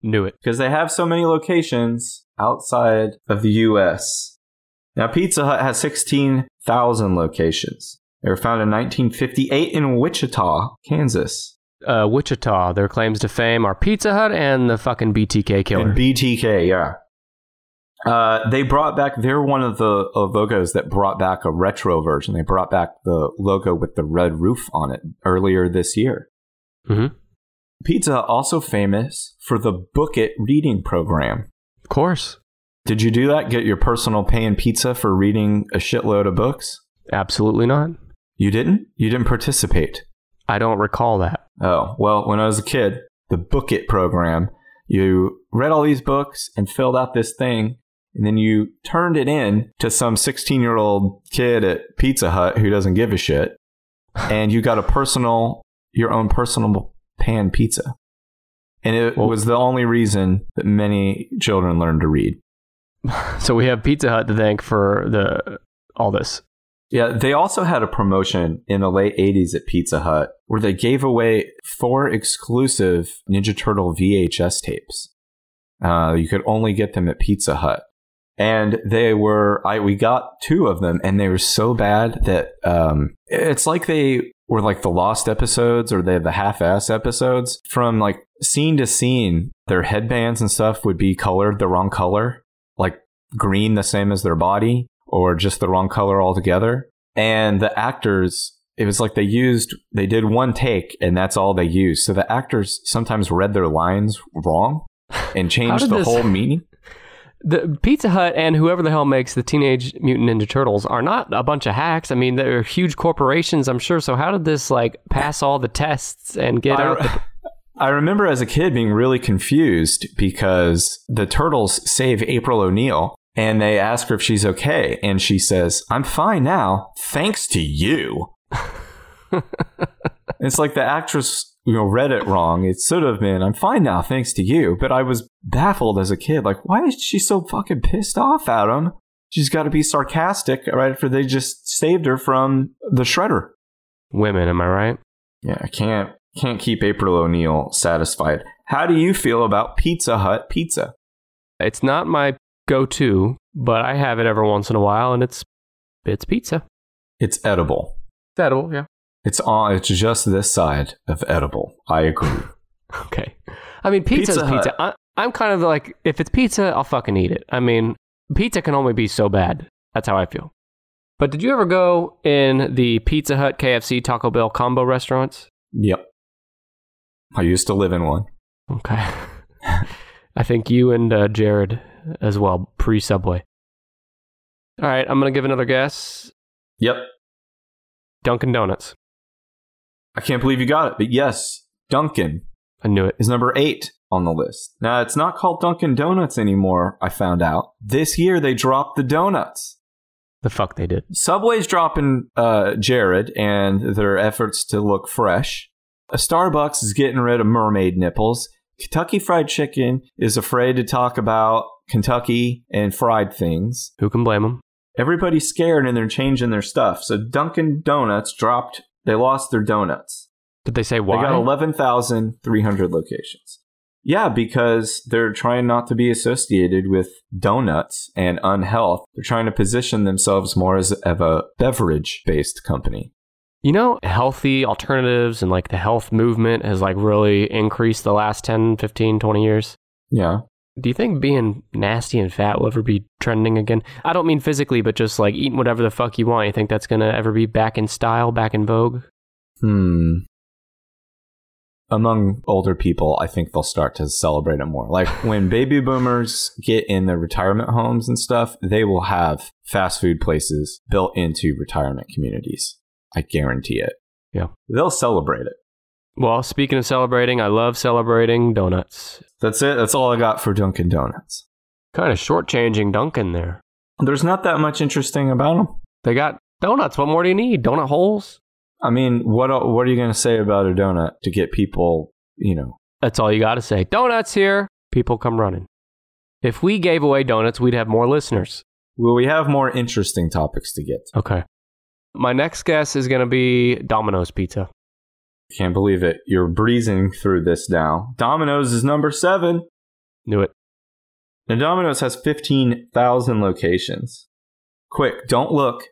S1: Knew it.
S2: because they have so many locations outside of the US. Now, Pizza Hut has 16,000 locations. They were founded in 1958 in Wichita, Kansas.
S1: Uh, Wichita. Their claims to fame are Pizza Hut and the fucking BTK killer.
S2: And BTK, yeah. Uh, they brought back. They're one of the uh, logos that brought back a retro version. They brought back the logo with the red roof on it earlier this year.
S1: Mhm.
S2: Pizza Hut also famous for the Book It reading program.
S1: of course.
S2: Did you do that? Get your personal pay in pizza for reading a shitload of books?
S1: Absolutely not.
S2: You didn't? You didn't participate.
S1: I don't recall that.
S2: Oh, well, when I was a kid, the Book It program, you read all these books and filled out this thing and then you turned it in to some 16 year old kid at Pizza Hut who doesn't give a shit, and you got a personal, your own personal pan pizza. And it
S1: Well-
S2: was the only reason that many children learned to read.
S1: So we have Pizza Hut to thank for the all this.
S2: Yeah, they also had a promotion in the late 80s at Pizza Hut where they gave away four exclusive Ninja Turtle VHS tapes. Uh, you could only get them at Pizza Hut. And they were, I we got two of them, and they were so bad that um, it's like they were like the lost episodes or they the half-ass episodes. From like scene to scene, their headbands and stuff would be colored the wrong color, like green the same as their body, or just the wrong color altogether. And the actors, it was like they used, they did one take and that's all they used. So the actors sometimes read their lines wrong and changed
S1: did
S2: the
S1: this-
S2: whole meaning.
S1: The Pizza Hut and whoever the hell makes the Teenage Mutant Ninja Turtles are not a bunch of hacks. I mean, they're huge corporations, I'm sure. So how did this like pass all the tests and get out? the-
S2: I, I remember as a kid being really confused because the turtles save April O'Neil and they ask her if she's okay. And she says, I'm fine now, thanks to you. it's like the actress you know, read it wrong. It should have been, I'm fine now, thanks to you. But I was baffled as a kid. Like, why is she so fucking pissed off at him? She's got to be sarcastic right after they just saved her from the shredder.
S1: Women, am I right?
S2: Yeah, I can't can't keep April O'Neil satisfied. How do you feel about Pizza Hut pizza?
S1: It's not my go-to, but I have it every once in a while, and it's it's pizza.
S2: It's edible.
S1: That'll yeah.
S2: It's on it's just this side of edible. I agree.
S1: Okay. I mean, pizza's
S2: Pizza
S1: pizza.
S2: Hut.
S1: I, I'm kind of like, if it's pizza, I'll fucking eat it. I mean, pizza can only be so bad. That's how I feel. But did you ever go in the Pizza Hut, KFC, Taco Bell combo restaurants?
S2: yep. I used to live in one.
S1: Okay. I think you and uh, Jared as well, pre Subway. All right, I'm going to give another guess
S2: Yep.
S1: Dunkin' Donuts.
S2: I can't believe you got it, but yes, Dunkin'
S1: I knew it.
S2: is number eight on the list. Now it's not called Dunkin' Donuts anymore, I found out. This year they dropped the donuts.
S1: The fuck they did.
S2: Subway's dropping uh, Jared and their efforts to look fresh. Starbucks is getting rid of mermaid nipples. Kentucky Fried Chicken is afraid to talk about Kentucky and fried things.
S1: Who can blame them?
S2: Everybody's scared and they're changing their stuff. So Dunkin' Donuts dropped, they lost their donuts.
S1: Did they say why?
S2: They got 11,300 locations. Yeah, because they're trying not to be associated with donuts and unhealth. They're trying to position themselves more as of a beverage based company.
S1: You know, healthy alternatives and like the health movement has like really increased the last 10, 15, 20 years.
S2: Yeah.
S1: Do you think being nasty and fat will ever be trending again? I don't mean physically, but just like eating whatever the fuck you want. You think that's going to ever be back in style, back in vogue?
S2: Hmm. Among older people, I think they'll start to celebrate it more. Like when baby boomers get in their retirement homes and stuff, they will have fast food places built into retirement communities. I guarantee it.
S1: Yeah.
S2: They'll celebrate it.
S1: Well, speaking of celebrating, I love celebrating donuts.
S2: That's it. That's all I got for Dunkin' Donuts.
S1: Kind of shortchanging Dunkin' there.
S2: There's not that much interesting about them.
S1: They got donuts. What more do you need? Donut holes?
S2: I mean, what el- what are you going to say about a donut to get people, you know?
S1: That's all you got to say. Donuts here. People come running. If we gave away donuts, we'd have more listeners.
S2: Well, we have more interesting topics to get.
S1: Okay. My next guess is going to be Domino's Pizza.
S2: to. Can't believe it. You're breezing through this now. Domino's is number 7.
S1: Knew it.
S2: Now Domino's has 15,000 locations. Quick, don't look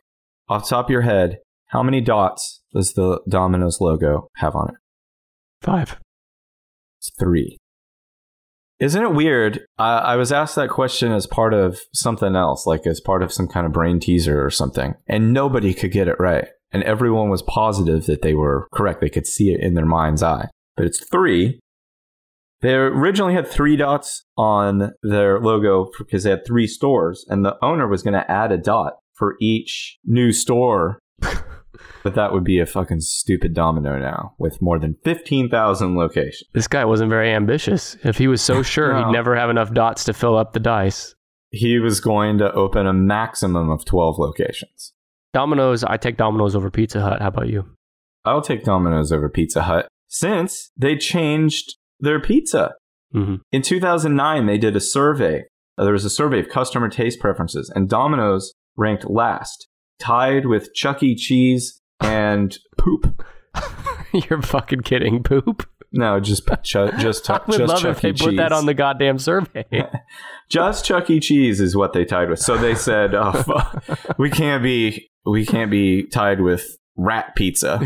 S2: off the top of your head. How many dots does the Domino's logo have on it?
S1: Five.
S2: It's three. Isn't it weird? I, I was asked that question as part of something else, like as part of some kind of brain teaser or something, and nobody could get it right. And everyone was positive that they were correct. They could see it in their mind's eye. But it's three. They originally had three dots on their logo because they had three stores, and the owner was going to add a dot for each new store. but that would be a fucking stupid domino now with more than 15,000 locations.
S1: This guy wasn't very ambitious. If he was so sure
S2: No.
S1: he'd never have enough dots to fill up the dice,
S2: he was going to open a maximum of 12 locations.
S1: Domino's, I take Domino's over Pizza Hut. How about you?
S2: I'll take Domino's over Pizza Hut since they changed their pizza.
S1: Mm-hmm.
S2: In 2009, they did a survey. Uh, There was a survey of customer taste preferences, and Domino's ranked last, tied with Chuck E. Cheese and poop.
S1: You're fucking kidding, poop.
S2: No, just chu- just
S1: I
S2: tu-
S1: would
S2: just
S1: love
S2: Chuck
S1: if they
S2: E.
S1: put that
S2: Cheese.
S1: on the goddamn survey.
S2: just Chuck E. Cheese is what they tied with. So they said, oh, fuck, we can't be we can't be tied with rat pizza.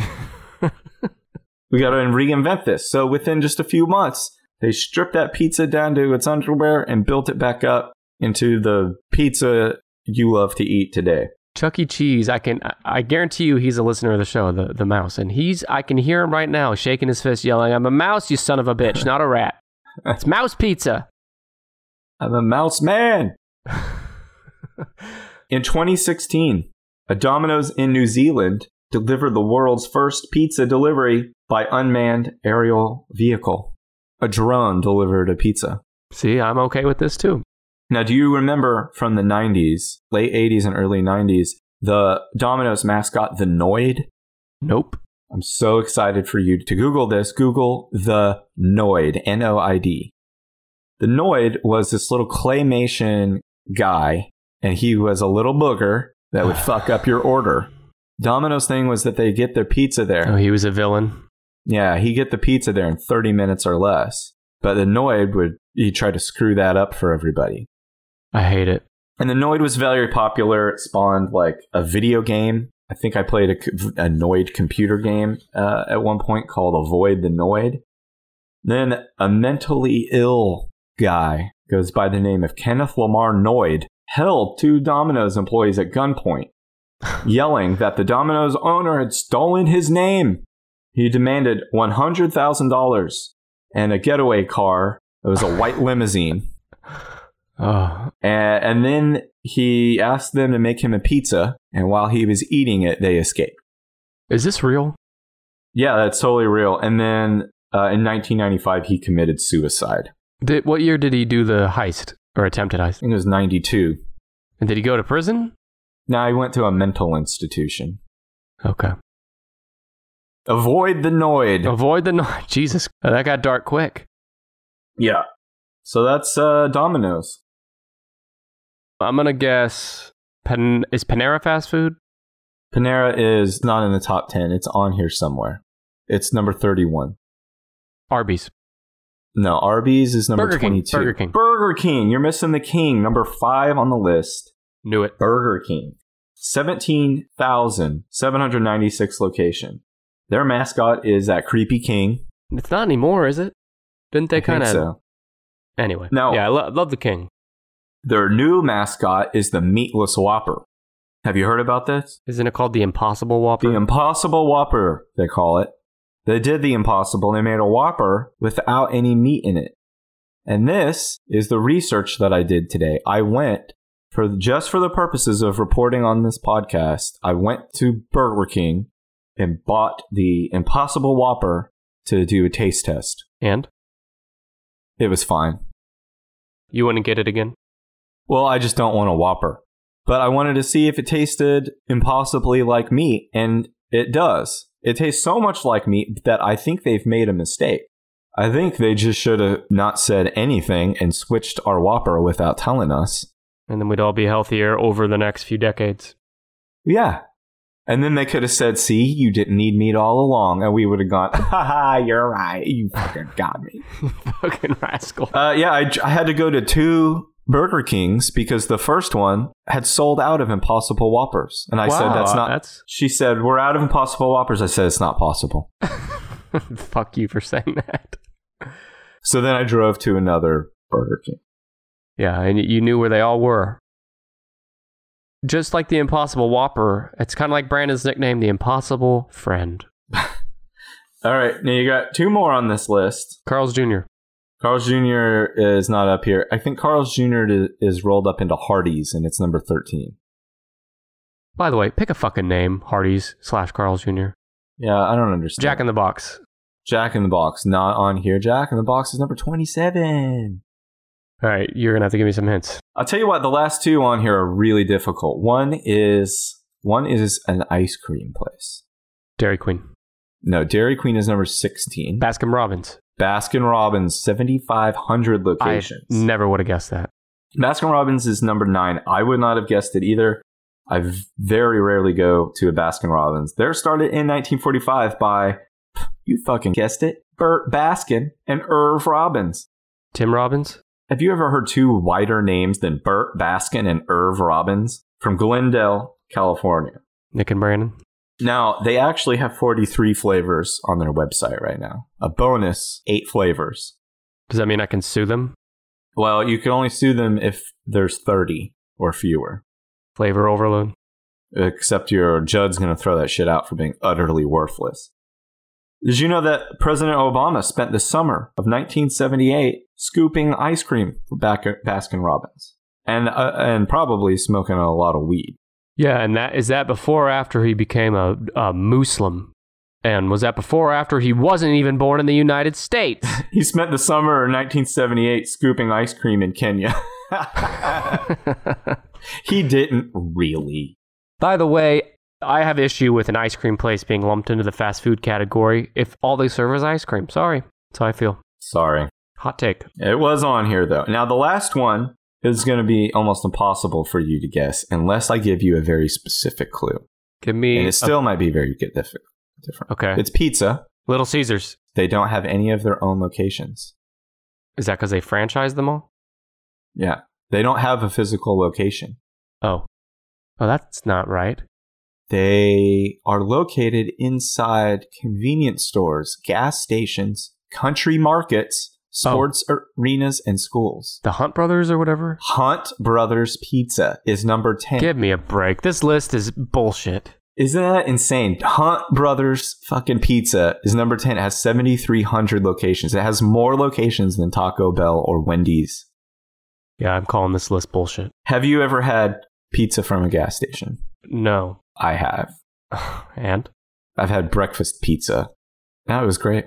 S2: we got to reinvent this. So within just a few months, they stripped that pizza down to its underwear and built it back up into the pizza you love to eat today.
S1: Chuck E. Cheese, I can I- I guarantee you he's a listener of the show, the, the mouse. And he's I can hear him right now shaking his fist, yelling, I'm a mouse, you son of a bitch, not a rat. It's mouse pizza.
S2: I'm a mouse man. in 2016, a Domino's in New Zealand delivered the world's first pizza delivery by unmanned aerial vehicle. A drone delivered a pizza.
S1: See, I'm okay with this too.
S2: Now, do you remember from the 90s, late 80s and early 90s, the Domino's mascot, the Noid?
S1: Nope.
S2: I'm so excited for you to Google this. Google the Noid, N O I D. The Noid was this little claymation guy, and he was a little booger that would fuck up your order. Domino's thing was that they get their pizza there.
S1: Oh, he was a villain.
S2: Yeah, he get the pizza there in 30 minutes or less. But the Noid would he tried to screw that up for everybody.
S1: I hate it.
S2: And the Noid was very popular. It spawned like a video game. I think I played a, co- a Noid computer game uh, at one point called Avoid the Noid. Then a mentally ill guy goes by the name of Kenneth Lamar Noid held two Domino's employees at gunpoint, yelling that the Domino's owner had stolen his name. He demanded $100,000 and a getaway car. It was a white limousine.
S1: Oh,
S2: And, and then he asked them to make him a pizza, and while he was eating it, they escaped.
S1: is this real?
S2: Yeah, that's totally real. And then uh, in 1995, he committed suicide.
S1: Did, what year did he do the heist or attempted
S2: I
S1: heist?
S2: think it was 92.
S1: And did he go to prison?
S2: Now he went to a mental institution.
S1: Okay.
S2: Avoid the Noid.
S1: Avoid the no- Jesus, oh, that got dark quick.
S2: Yeah. So that's uh, Domino's.
S1: I'm gonna guess. Pan- is Panera fast food?
S2: Panera is not in the top 10. It's on here somewhere. It's number 31.
S1: Arby's.
S2: No, Arby's is number
S1: Burger King,
S2: 22.
S1: Burger King.
S2: Burger King. You're missing the king. Number five on the list.
S1: Knew it.
S2: Burger King. 17,796 location. Their mascot is that creepy king.
S1: It's not anymore, is it? Didn't they
S2: I think
S1: kind of?
S2: so.
S1: Anyway.
S2: No.
S1: Yeah, I lo- love the king.
S2: Their new mascot is the meatless whopper. Have you heard about this?
S1: Isn't it called the Impossible Whopper?
S2: The impossible whopper, they call it. They did the impossible. They made a whopper without any meat in it. And this is the research that I did today. I went for just for the purposes of reporting on this podcast. I went to Burger King and bought the impossible whopper to do a taste test.
S1: and
S2: It was fine.
S1: you wouldn't get it again.
S2: Well, I just don't want a whopper. But I wanted to see if it tasted impossibly like meat, and it does. It tastes so much like meat that I think they've made a mistake. I think they just should have not said anything and switched our whopper without telling us.
S1: And then we'd all be healthier over the next few decades.
S2: Yeah. And then they could have said, see, you didn't need meat all along. And we would have gone, ha ha, you're right. You fucking got me.
S1: Fucking rascal.
S2: Uh, yeah, I, I had to go to two Burger Kings because the first one had sold out of Impossible Whoppers, and I said
S1: Wow,
S2: that's not.
S1: that's-
S2: She said we're out of Impossible Whoppers. I said it's not possible.
S1: Fuck you for saying that.
S2: so then I drove to another Burger King.
S1: Yeah, and you knew where they all were. Just like the Impossible Whopper, it's kind of like Brandon's nickname, the Impossible Friend.
S2: All right, now you got two more on this list.
S1: Carl's Jr.
S2: Carl's Jr. is not up here. I think Carl's Jr. is- is rolled up into Hardee's, and it's number thirteen.
S1: By the way, pick a fucking name, Hardee's slash Carl's Jr.
S2: Yeah, I don't understand.
S1: Jack in the Box.
S2: Jack in the Box not on here. Jack in the Box is number twenty-seven.
S1: All right, you're gonna have to give me some hints.
S2: I'll tell you what, the last two on here are really difficult. One is one is an ice cream place.
S1: Dairy Queen,
S2: No, Dairy Queen is number 16.
S1: Baskin Robbins.
S2: Baskin Robbins, 7,500
S1: I
S2: locations.
S1: never would have guessed that.
S2: Baskin Robbins is number nine. I would not have guessed it either. I v- very rarely go to a Baskin Robbins. They're started in 1945 by, you fucking guessed it, Burt Baskin and Irv Robbins.
S1: Tim Robbins.
S2: Have you ever heard two wider names than Burt Baskin and Irv Robbins from Glendale, California?
S1: Nick and Brandon.
S2: Now, they actually have 43 flavors on their website right now. A bonus, eight flavors.
S1: Does that mean I can sue them?
S2: Well, you can only sue them if there's 30 or fewer.
S1: Flavor overload.
S2: except your Judd's going to throw that shit out for being utterly worthless. Did you know that President Obama spent the summer of 1978 scooping ice cream for Bac- Baskin Robbins and uh, and probably smoking a lot of weed?
S1: Yeah, and that is that before or after he became a, a Muslim, and was that before or after he wasn't even born in the United States?
S2: He spent the summer of 1978 scooping ice cream in Kenya. he didn't really.
S1: By the way, I have issue with an ice cream place being lumped into the fast food category if all they serve is ice cream. Sorry, that's how I feel.
S2: Sorry.
S1: Hot take.
S2: It was on here though. Now the last one is going to be almost impossible for you to guess unless I give you a very specific clue.
S1: Give me
S2: and it still might be very good different. different.
S1: okay.
S2: It's pizza.
S1: Little Caesars.
S2: They don't have any of their own locations.
S1: Is that because they franchised them all?
S2: Yeah, they don't have a physical location.
S1: Oh, oh, that's not right.
S2: They are located inside convenience stores, gas stations, country markets, sports arenas, and schools.
S1: The Hunt Brothers or whatever.
S2: Hunt Brothers Pizza is number 10.
S1: Give me a break. This list is bullshit.
S2: Isn't that insane? Hunt Brothers fucking pizza is number 10. It has 7,300 locations. It has more locations than Taco Bell or Wendy's.
S1: Yeah, I'm calling this list bullshit.
S2: Have you ever had pizza from a gas station?
S1: No.
S2: I have.
S1: And
S2: I've had breakfast pizza. That was great.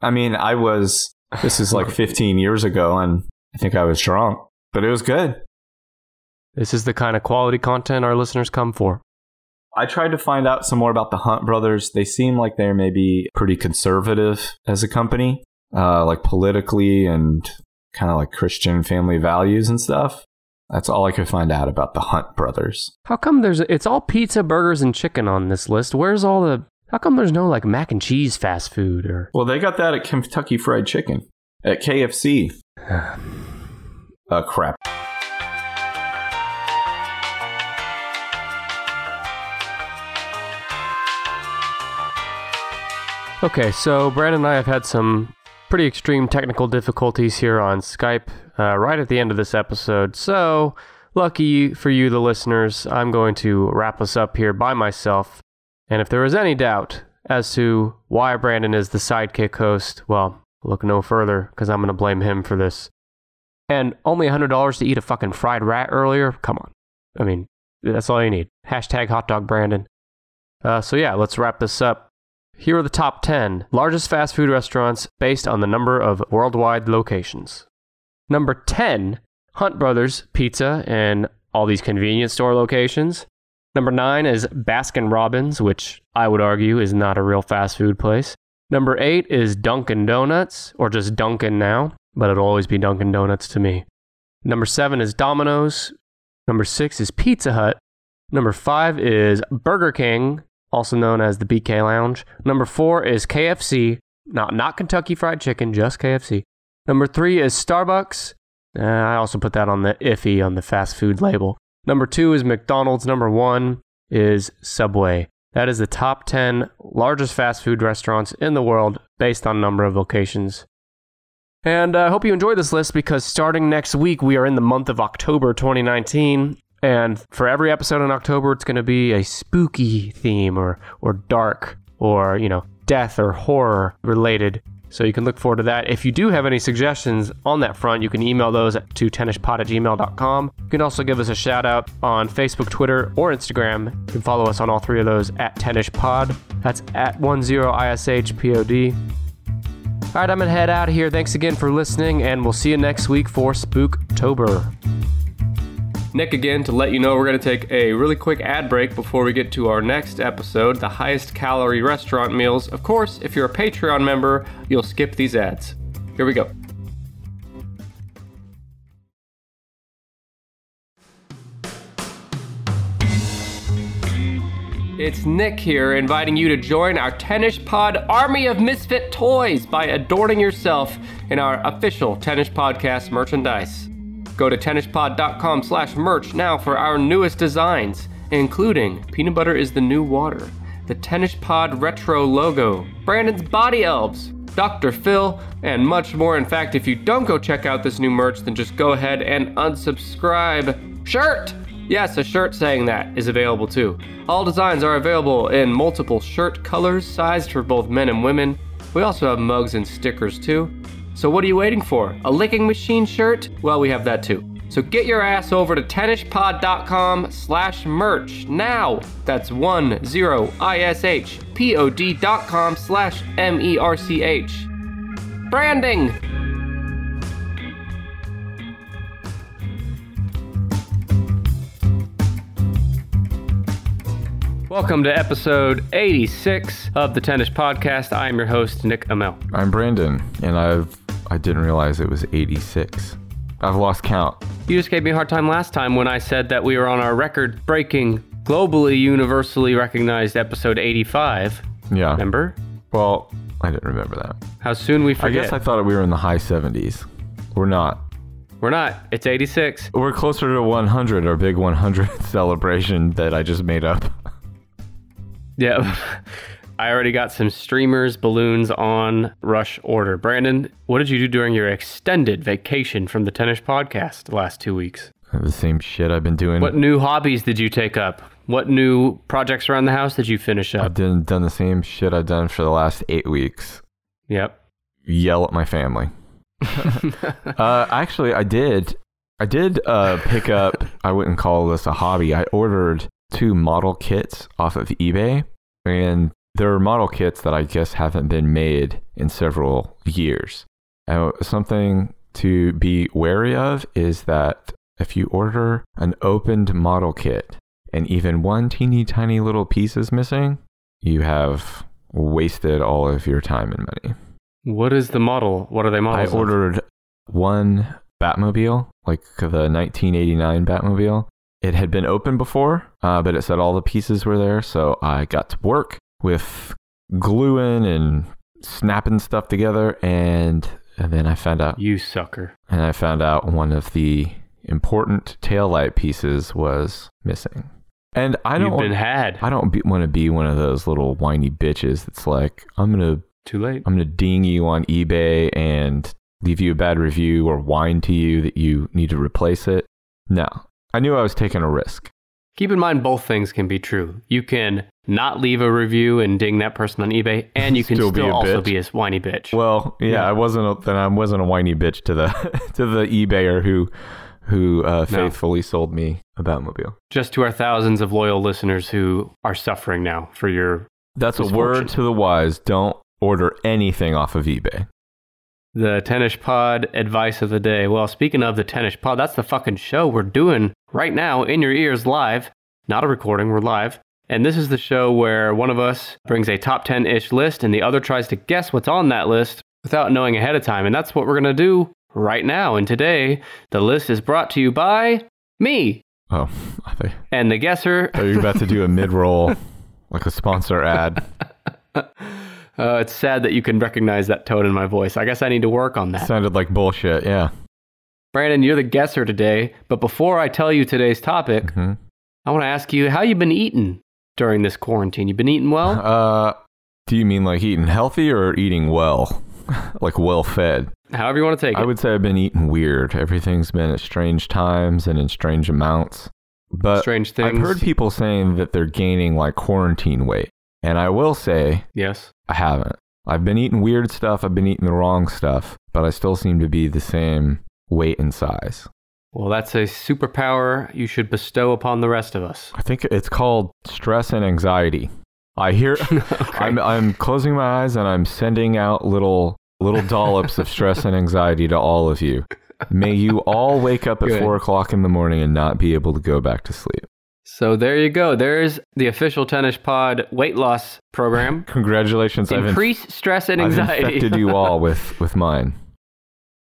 S2: I mean, I was, this is like 15 years ago, and I think I was drunk, but it was good.
S1: this is the kind of quality content our listeners come for.
S2: I tried to find out some more about the Hunt brothers. They seem like they're maybe pretty conservative as a company, uh, like politically and kind of like Christian family values and stuff. That's all I could find out about the Hunt brothers.
S1: How come there's it's all pizza, burgers, and chicken on this list? Where's all the how come there's no like mac and cheese fast food or
S2: Well, they got that at Kentucky Fried Chicken, at KFC. uh, crap.
S1: Okay, so Brandon and I have had some pretty extreme technical difficulties here on Skype uh, right at the end of this episode. So, lucky for you, the listeners, I'm going to wrap us up here by myself. And if there is any doubt as to why Brandon is the sidekick host, well, look no further because I'm going to blame him for this. And only $100 to eat a fucking fried rat earlier? Come on. I mean, that's all you need. Hashtag hot dog Brandon. Uh, so, yeah, let's wrap this up. Here are the top 10 largest fast food restaurants based on the number of worldwide locations. Number 10, Hunt Brothers Pizza and all these convenience store locations. Number 9 is Baskin Robbins, which I would argue is not a real fast food place. Number 8 is Dunkin' Donuts, or just Dunkin' now, but it'll always be Dunkin' Donuts to me. Number 7 is Domino's. Number 6 is Pizza Hut. Number five is Burger King, also known as the BK Lounge. Number four is KFC, not not Kentucky Fried Chicken, just KFC. Number three is Starbucks. Uh, I also put that on the iffy on the fast food label. Number two is McDonald's. Number one is Subway. That is the top 10 largest fast food restaurants in the world based on number of locations. And uh, I hope you enjoy this list because starting next week, we are in the month of October 2019. And for every episode in October, it's going to be a spooky theme or, or dark or, you know, death or horror related. So you can look forward to that. If you do have any suggestions on that front, you can email those to tennishpod at gmail.com. You can also give us a shout out on Facebook, Twitter, or Instagram. You can follow us on all three of those at tennishpod. That's at 10ishpod.
S3: All right, I'm going to head out of here. Thanks again for listening, and we'll see you next week for Spooktober.
S1: Nick again to let you know we're going to take a really quick ad break before we get to our next episode the highest calorie restaurant meals. Of course, if you're a Patreon member, you'll skip these ads. Here we go. It's Nick here inviting you to join our Tennis Pod Army of Misfit Toys by adorning yourself in our official Tennis Podcast merchandise. Go to tennispod.com slash merch now for our newest designs, including Peanut Butter is the New Water, the Tennis Pod Retro logo, Brandon's Body Elves, Dr. Phil, and much more. In fact, if you don't go check out this new merch, then just go ahead and unsubscribe. Shirt! Yes, a shirt saying that is available too. All designs are available in multiple shirt colors, sized for both men and women. We also have mugs and stickers too. So what are you waiting for? A licking machine shirt? Well, we have that too. So get your ass over to tennispod.com slash merch now. That's one zero ishpod dot com slash E M-E-R-C-H. Branding! Welcome to episode 86 of the Tennis Podcast. I am your host, Nick Amel.
S2: I'm Brandon, and I've I didn't realize it was 86. I've lost count.
S1: You just gave me a hard time last time when I said that we were on our record breaking, globally, universally recognized episode 85.
S2: Yeah.
S1: Remember?
S2: Well, I didn't remember that.
S1: How soon we
S2: I
S1: forget.
S2: guess I thought we were in the high 70s. We're not.
S1: We're not. It's 86.
S2: We're closer to 100, our big 100 celebration that I just made up.
S1: Yeah. I already got some streamers, balloons on rush order. Brandon, what did you do during your extended vacation from the Tennis Podcast the last two weeks?
S2: The same shit I've been doing.
S1: What new hobbies did you take up? What new projects around the house did you finish
S2: I've
S1: up?
S2: done, done the same shit I've done for the last eight weeks.
S1: Yep.
S2: Yell at my family. uh, actually, I did. I did uh, pick up. I wouldn't call this a hobby. I ordered two model kits off of eBay, and there are model kits that I guess haven't been made in several years. Uh, something to be wary of is that if you order an opened model kit and even one teeny tiny little piece is missing, you have wasted all of your time and money.
S1: What is the model? What are they
S2: I
S1: models? of?
S2: ordered one Batmobile, like the 1989 Batmobile. It had been open before, uh, but it said all the pieces were there. So I got to work with gluing and snapping stuff together, and, and then I found out.
S1: You sucker.
S2: And I found out one of the important taillight pieces was missing. And I don't,
S1: You've been
S2: want,
S1: had.
S2: I don't be, want to be one of those little whiny bitches that's like, I'm gonna
S1: Too late.
S2: I'm going to ding you on eBay and leave you a bad review or whine to you that you need to replace it. No, I knew I was taking a risk.
S1: Keep in mind, both things can be true. You can not leave a review and ding that person on eBay, and you can
S2: Still
S1: still,
S2: be a
S1: also
S2: bitch.
S1: be a whiny bitch.
S2: Well, yeah,
S1: Yeah.
S2: I wasn't a, then I wasn't a whiny bitch to the to the eBayer who who uh, faithfully sold me a Batmobile.
S1: Just to our thousands of loyal listeners who are suffering now for your
S2: That's a
S1: Misfortune.
S2: word to the wise. Don't order anything off of eBay.
S1: the tennis pod advice of the day. Well, speaking of the tennis pod, that's the fucking show we're doing right now in your ears live. Not a recording, we're live. And this is the show where one of us brings a top 10 ish list and the other tries to guess what's on that list without knowing ahead of time. And that's what we're going to do right now. And today, the list is brought to you by me.
S2: Oh, I thought
S1: And the guesser,
S2: thought you were about to do a mid roll, like a sponsor ad.
S1: uh, it's sad that you can recognize that tone in my voice. I guess I need to work on that.
S2: Sounded like bullshit. Yeah.
S1: Brandon, you're the guesser today. But before I tell you today's topic,
S2: hmm
S1: I want to ask you how you been eating during this quarantine. You been eating well?
S2: Uh, do you mean like eating healthy or eating well? like well fed?
S1: However you want to take it.
S2: I would say I've been eating weird. Everything's been at strange times and in strange amounts. But
S1: Strange things.
S2: uh, I've heard people saying that they're gaining like quarantine weight. And I will say
S1: yes.
S2: I haven't. I've been eating weird stuff, I've been eating the wrong stuff, but I still seem to be the same weight and size.
S1: Well, that's a superpower you should bestow upon the rest of us.
S2: I think it's called stress and anxiety. I hear
S1: Okay.
S2: I'm I'm closing my eyes and I'm sending out little Little dollops of stress and anxiety to all of you. May you all wake up at
S1: Good.
S2: four o'clock in the morning and not be able to go back to sleep.
S1: So there you go. There's the official Tennis Pod weight loss program.
S2: Congratulations, I've, inf-
S1: Increase stress and
S2: I've
S1: anxiety.
S2: infected you all with, with mine.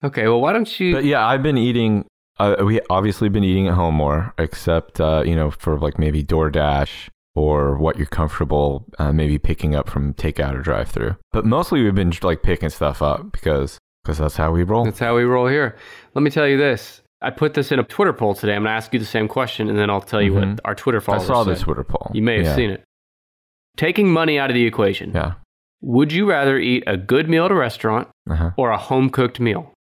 S1: okay, well, why don't you?
S2: But yeah, I've been eating. Uh, we obviously been eating at home more, except uh, you know for like maybe DoorDash or what you're comfortable uh, maybe picking up from takeout or drive-through. But mostly we've been like picking stuff up because because that's how we roll.
S1: That's how we roll here. Let me tell you this. I put this in a Twitter poll today. I'm going to ask you the same question, and then I'll tell you
S2: Mhm.
S1: what our Twitter
S2: I
S1: followers
S2: saw
S1: said.
S2: this Twitter poll.
S1: You may have
S2: Yeah.
S1: seen it. Taking money out of the equation.
S2: Yeah.
S1: Would you rather eat a good meal at a restaurant
S2: Uh-huh.
S1: or a home cooked meal?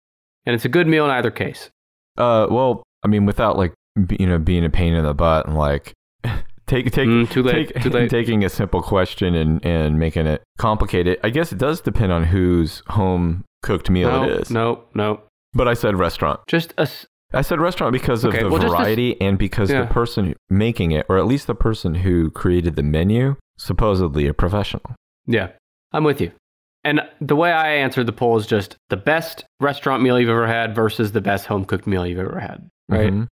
S1: And it's a good meal in either case.
S2: Uh. Well, I mean, without like b- you know being a pain in the butt and like take take
S1: Mm, too late.
S2: Take-
S1: too late.
S2: taking a simple question and, and making it complicated. I guess it does depend on whose home cooked meal
S1: no,
S2: it is.
S1: no, no.
S2: But I said restaurant.
S1: Just a s-
S2: I said restaurant because
S1: Okay,
S2: of the
S1: well, just this-
S2: variety and because
S1: Yeah.
S2: the person making it, or at least the person who created the menu, supposedly a professional.
S1: Yeah, I'm with you. And the way I answered the poll is just the best restaurant meal you've ever had versus the best home cooked meal you've ever had. Right.
S2: Mhm.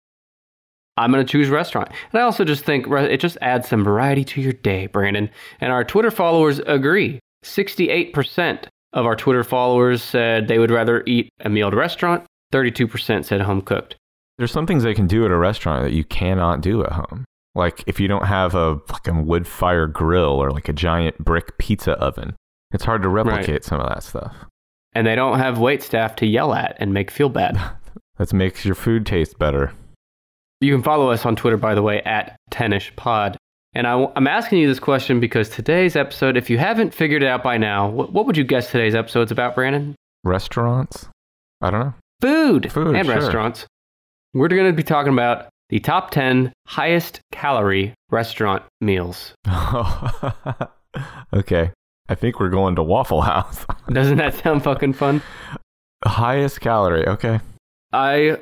S1: I'm going to choose restaurant. And I also just think re- it just adds some variety to your day, Brandon. And our Twitter followers agree. 68% of our Twitter followers said they would rather eat a meal at a restaurant. 32% said home cooked.
S2: There's some things they can do at a restaurant that you cannot do at home. Like if you don't have a fucking wood fire grill or like a giant brick pizza oven, it's hard to replicate some of that stuff.
S1: And they don't have wait staff to yell at and make feel bad.
S2: That makes your food taste better.
S1: You can follow us on Twitter, by the way, at Tennish Pod. And I, am asking you this question because today's episode, if you haven't figured it out by now, what, what would you guess today's episode's about, Brandon?
S2: Restaurants? I don't know.
S1: Food,
S2: Food,
S1: and
S2: sure.
S1: restaurants. We're going to be talking about the top 10 highest calorie restaurant meals.
S2: okay. I think we're going to Waffle House.
S1: Doesn't that sound fucking fun?
S2: Highest calorie. Okay.
S1: I,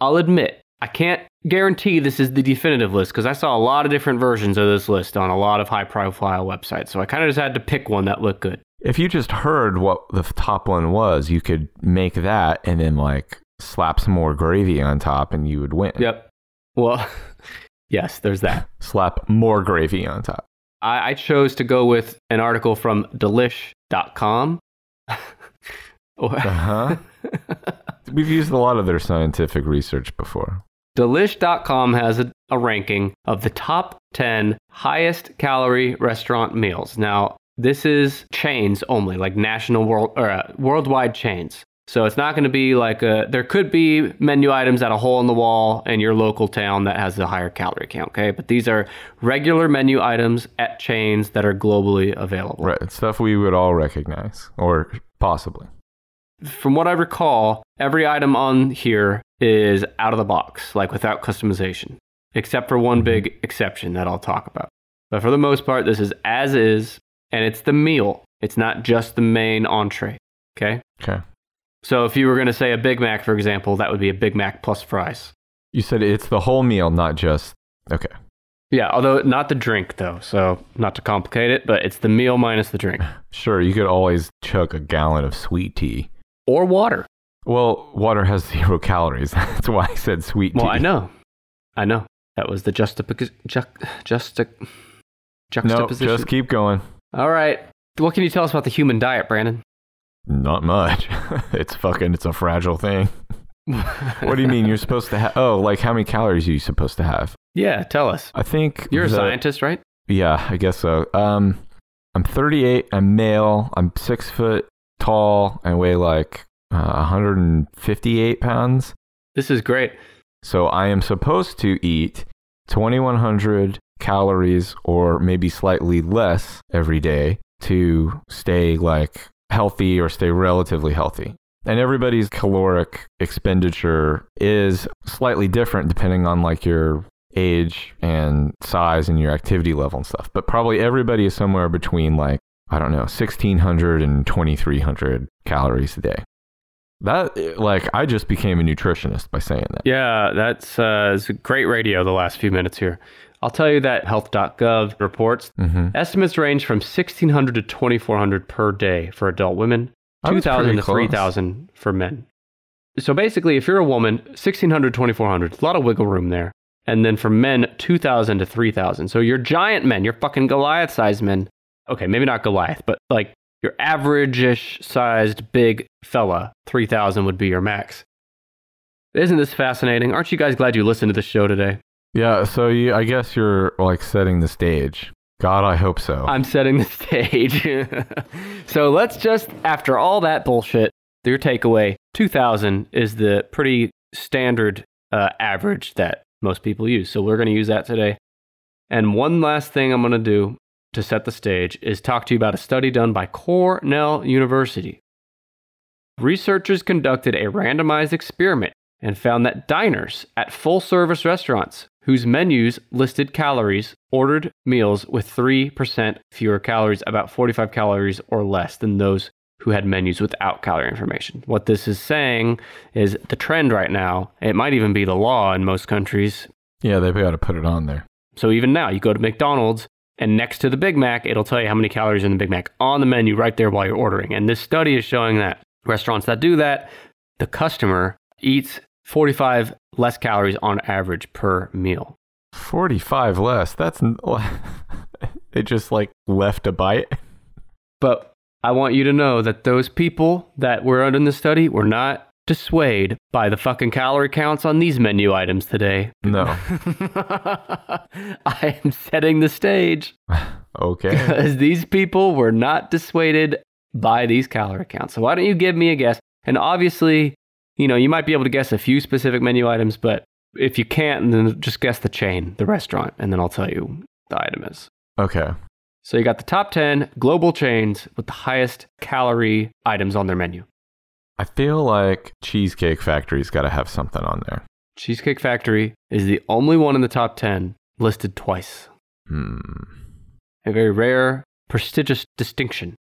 S1: I'll admit, I can't guarantee this is the definitive list because I saw a lot of different versions of this list on a lot of high profile websites. So I kind of just had to pick one that looked good.
S2: If you just heard what the top one was, you could make that and then like slap some more gravy on top and you would win.
S1: Yep. Well, yes, there's that.
S2: Slap more gravy on top.
S1: I, I chose to go with an article from delish.com. Or-
S2: Uh huh. We've used a lot of their scientific research before.
S1: Delish.com has a, a ranking of the top 10 highest calorie restaurant meals. Now, this is chains only, like national world or uh, worldwide chains. So it's not going to be like a, there could be menu items at a hole in the wall in your local town that has a higher calorie count, okay? But these are regular menu items at chains that are globally available.
S2: Right. Stuff we would all recognize or possibly.
S1: from what I recall, every item on here is out of the box, like without customization, except for one big exception that I'll talk about. But for the most part, this is as is, and it's the meal. It's not just the main entree. Okay.
S2: Okay.
S1: So if you were going to say a Big Mac, for example, that would be a Big Mac plus fries.
S2: You said it's the whole meal, not just. Okay.
S1: Yeah, although not the drink, though. So not to complicate it, but it's the meal minus the drink
S2: Sure, you could always chug a gallon of sweet tea.
S1: or water.
S2: Well, water has zero calories. That's why I said sweet tea.
S1: Well, I know. I know. That was the juxtaposi- ju- juxta-
S2: No,
S1: juxtaposition.
S2: just keep going.
S1: All right. What can you tell us about the human diet, Brandon?
S2: Not much. it's fucking. It's a fragile thing. What do you mean? You're supposed to have? Oh, like how many calories are you supposed to have?
S1: yeah, tell us.
S2: I think
S1: You're a
S2: the-
S1: scientist, right?
S2: Yeah, I guess so. Um, I'm 38. I'm male. I'm six foot tall. I weigh like uh, 158 pounds.
S1: This is great.
S2: So I am supposed to eat 2100 calories or maybe slightly less every day to stay like healthy or stay relatively healthy. And everybody's caloric expenditure is slightly different depending on like your age and size and your activity level and stuff. But probably everybody is somewhere between like I don't know, 1600 and 2300 calories a day. That like I just became a nutritionist by saying that.
S1: Yeah, that's uh, it's great radio the last few minutes here. I'll tell you that health.gov reports
S2: Mm-hmm.
S1: estimates range from 1,600 to 2,400 per day for adult women,
S2: I was
S1: 2,000
S2: pretty
S1: to
S2: close.
S1: 3,000 for men. So basically, if you're a woman, 1,600, 2,400, a lot of wiggle room there. And then for men, 2,000 to 3,000. So your giant men, your fucking Goliath sized men. Okay, maybe not Goliath, but like your average ish sized big fella, 3,000 would be your max. Isn't this fascinating? Aren't you guys glad you listened to this show today?
S2: Yeah, so you, I guess you're like setting the stage. God, I hope so.
S1: I'm setting the stage. so let's just, after all that bullshit, your takeaway 2000 is the pretty standard uh, average that most people use. So we're going to use that today. And one last thing I'm going to do to set the stage is talk to you about a study done by Cornell University. Researchers conducted a randomized experiment and found that diners at full service restaurants whose menus listed calories ordered meals with 3% fewer calories, about 45 calories or less than those who had menus without calorie information. What this is saying is the trend right now, it might even be the law in most countries.
S2: yeah, they've got to put it on there.
S1: So even now, you go to McDonald's and next to the Big Mac, it'll tell you how many calories are in the Big Mac on the menu right there while you're ordering. And this study is showing that restaurants that do that, the customer eats 45 less calories on average per meal.
S2: 45 less. That's. n- they just like left a bite.
S1: But I want you to know that those people that were in the study were not dissuaded by the fucking calorie counts on these menu items today.
S2: No.
S1: I am setting the stage
S2: Okay.
S1: because these people were not dissuaded by these calorie counts. So why don't you give me a guess? And obviously, you know, you might be able to guess a few specific menu items, but if you can't, then just guess the chain, the restaurant, and then I'll tell you the item is.
S2: Okay.
S1: So you got the top 10 global chains with the highest calorie items on their menu.
S2: I feel like Cheesecake Factory's got to have something on there.
S1: Cheesecake Factory is the only one in the top 10 listed twice.
S2: Hmm.
S1: A very rare, prestigious distinction.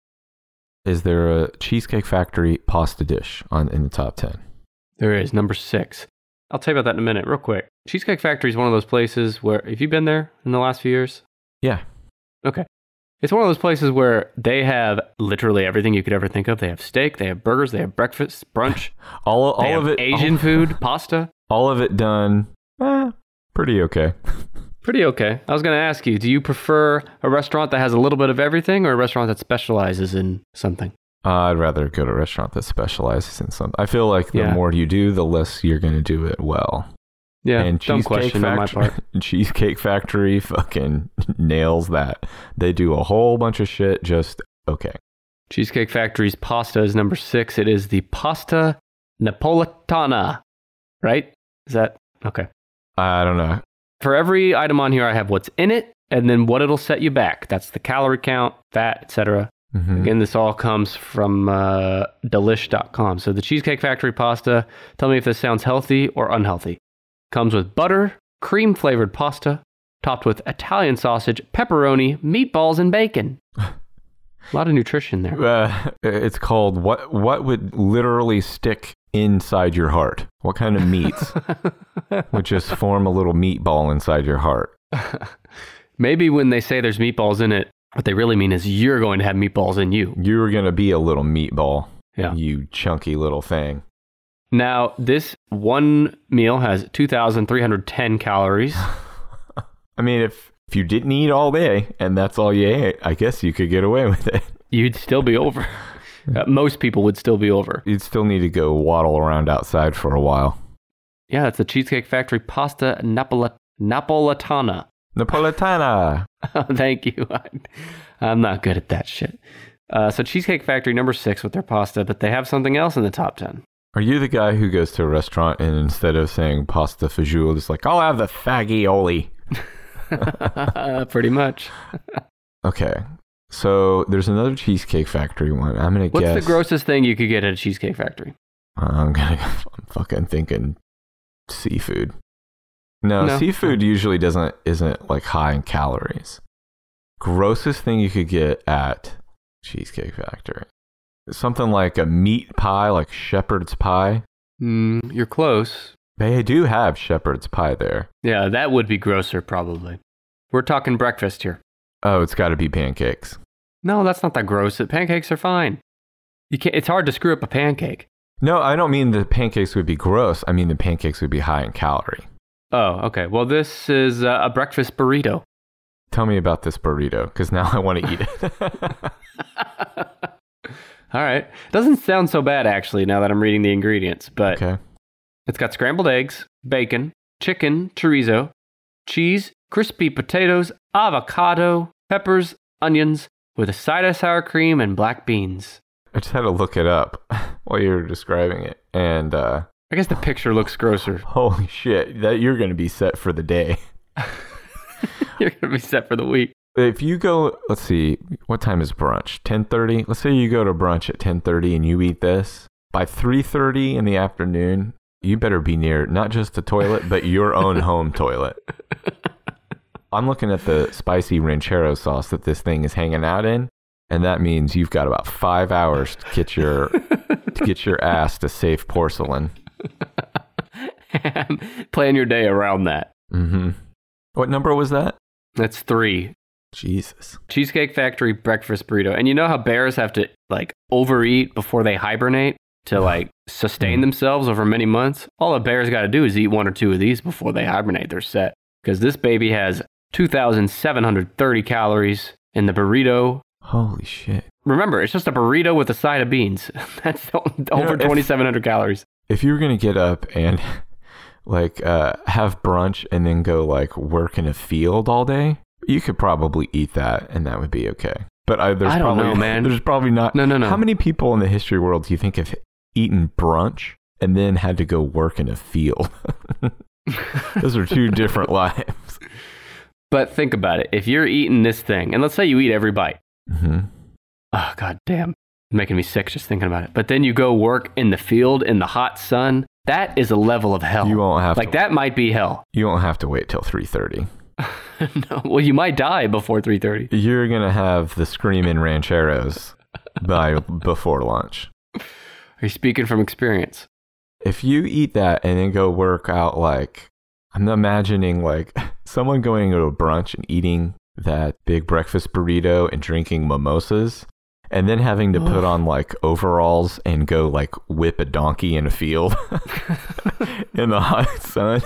S2: Is there a Cheesecake Factory pasta dish on in the top 10?
S1: There is number six. I'll tell you about that in a minute, real quick. Cheesecake Factory is one of those places where, have you been there in the last few years?
S2: Yeah.
S1: Okay. It's one of those places where they have literally everything you could ever think of. They have steak, they have burgers, they have breakfast, brunch,
S2: All,
S1: they
S2: all
S1: have
S2: of it
S1: Asian
S2: all-
S1: food, pasta.
S2: All of it done. eh, pretty okay.
S1: Pretty okay. I was going to ask you, do you prefer a restaurant that has a little bit of everything or a restaurant that specializes in something?
S2: I'd rather go to a restaurant that specializes in something. I feel like the
S1: Yeah.
S2: more you do, the less you're going to do it well.
S1: Yeah,
S2: and
S1: dumb
S2: Cheesecake
S1: question on my
S2: Factory,
S1: part.
S2: Cheesecake Factory fucking nails that. They do a whole bunch of shit just okay.
S1: Cheesecake Factory's pasta is number six. It is the pasta napolitana, right? Is that okay?
S2: I don't know.
S1: For every item on here, I have what's in it and then what it'll set you back. That's the calorie count, fat, etc.
S2: Mhm.
S1: Again, this all comes from uh, delish.com. So the Cheesecake Factory pasta, tell me if this sounds healthy or unhealthy. Comes with butter, cream flavored pasta, topped with Italian sausage, pepperoni, meatballs, and bacon. A lot of nutrition there.
S2: Uh, it's called what? What would literally stick inside your heart? What kind of meats would just form a little meatball inside your heart?
S1: Maybe when they say there's meatballs in it, what they really mean is you're going to have meatballs in you.
S2: You were gonna be a little meatball,
S1: Yeah.
S2: you chunky little thing.
S1: Now, this one meal has 2,310 calories.
S2: I mean, if if you didn't eat all day and that's all you ate, I guess you could get away with it.
S1: You'd still be over. Uh, most people would still be over.
S2: You'd still need to go waddle around outside for a while.
S1: Yeah, it's the Cheesecake Factory pasta Napoli- Napolitana.
S2: Napolitana.
S1: Thank you. I'm not good at that shit. Uh, so, Cheesecake Factory number six with their pasta, but they have something else in the top 10.
S2: Are you the guy who goes to a restaurant and instead of saying pasta fagioli, it's like, I'll have the fagioli?
S1: Pretty much.
S2: Okay. So there's another Cheesecake Factory one. I'm gonna
S1: What's
S2: guess.
S1: the grossest thing you could get at a Cheesecake Factory?
S2: I'm gonna. I'm fucking thinking seafood. No,
S1: No.
S2: seafood usually doesn't isn't like high in calories. Grossest thing you could get at Cheesecake Factory, something like a meat pie, like shepherd's pie.
S1: Mm, you're close.
S2: They do have shepherd's pie there.
S1: Yeah, that would be grosser, probably. We're talking breakfast here.
S2: Oh, it's got to be pancakes.
S1: No, that's not that gross. Pancakes are fine. You can't, it's hard to screw up a pancake.
S2: No, I don't mean the pancakes would be gross. I mean the pancakes would be high in calorie.
S1: Oh, okay. Well, this is uh, a breakfast burrito.
S2: Tell me about this burrito because now I want to eat it.
S1: All right. Doesn't sound so bad, actually, now that I'm reading the ingredients, but
S2: okay.
S1: it's got scrambled eggs, bacon, chicken, chorizo, cheese, crispy potatoes, avocado, peppers, onions, with a side of sour cream and black beans.
S2: I just had to look it up while you were describing it. And uh,
S1: I guess the picture looks grosser.
S2: holy shit, that you're going to be set for the day.
S1: You're going to be set for the week.
S2: If you go, let's see, what time is brunch? 10:30. Let's say you go to brunch at 10:30 and you eat this. By 3:30 in the afternoon, you better be near not just the toilet, but your own home toilet. I'm looking at the spicy ranchero sauce that this thing is hanging out in, and that means you've got about 5 hours to get your to get your ass to safe porcelain.
S1: Plan your day around that.
S2: Mhm. What number was that?
S1: That's three.
S2: Jesus.
S1: Cheesecake Factory breakfast burrito. And you know how bears have to like overeat before they hibernate to like sustain themselves over many months? All a bear's got to do is eat one or two of these before they hibernate. They're set. Because this baby has 2,730 calories in the burrito.
S2: Holy shit.
S1: Remember, it's just a burrito with a side of beans. That's o-
S2: know,
S1: over
S2: if-
S1: 2,700 calories.
S2: if you were gonna get up and like uh, have brunch and then go like work in a field all day, you could probably eat that and that would be okay. But I, there's
S1: I don't
S2: probably,
S1: know, man.
S2: There's probably not.
S1: No, no, no.
S2: How many people in the history world do you think have eaten brunch and then had to go work in a field? Those are two different lives.
S1: But think about it. If you're eating this thing, and let's say you eat every bite.
S2: hmm
S1: oh god damn It's making me sick just thinking about it but then you go work in the field in the hot sun that is a level of hell
S2: You won't have
S1: like
S2: to,
S1: that might be hell
S2: You won't have to wait till three thirty.
S1: no, well you might die before 3.30
S2: You're gonna have the screaming rancheros by before lunch.
S1: are you speaking from experience
S2: if you eat that and then go work out like i'm imagining like someone going to a brunch and eating that big breakfast burrito and drinking mimosas and then having to put on like overalls and go like whip a donkey in a field in the hot sun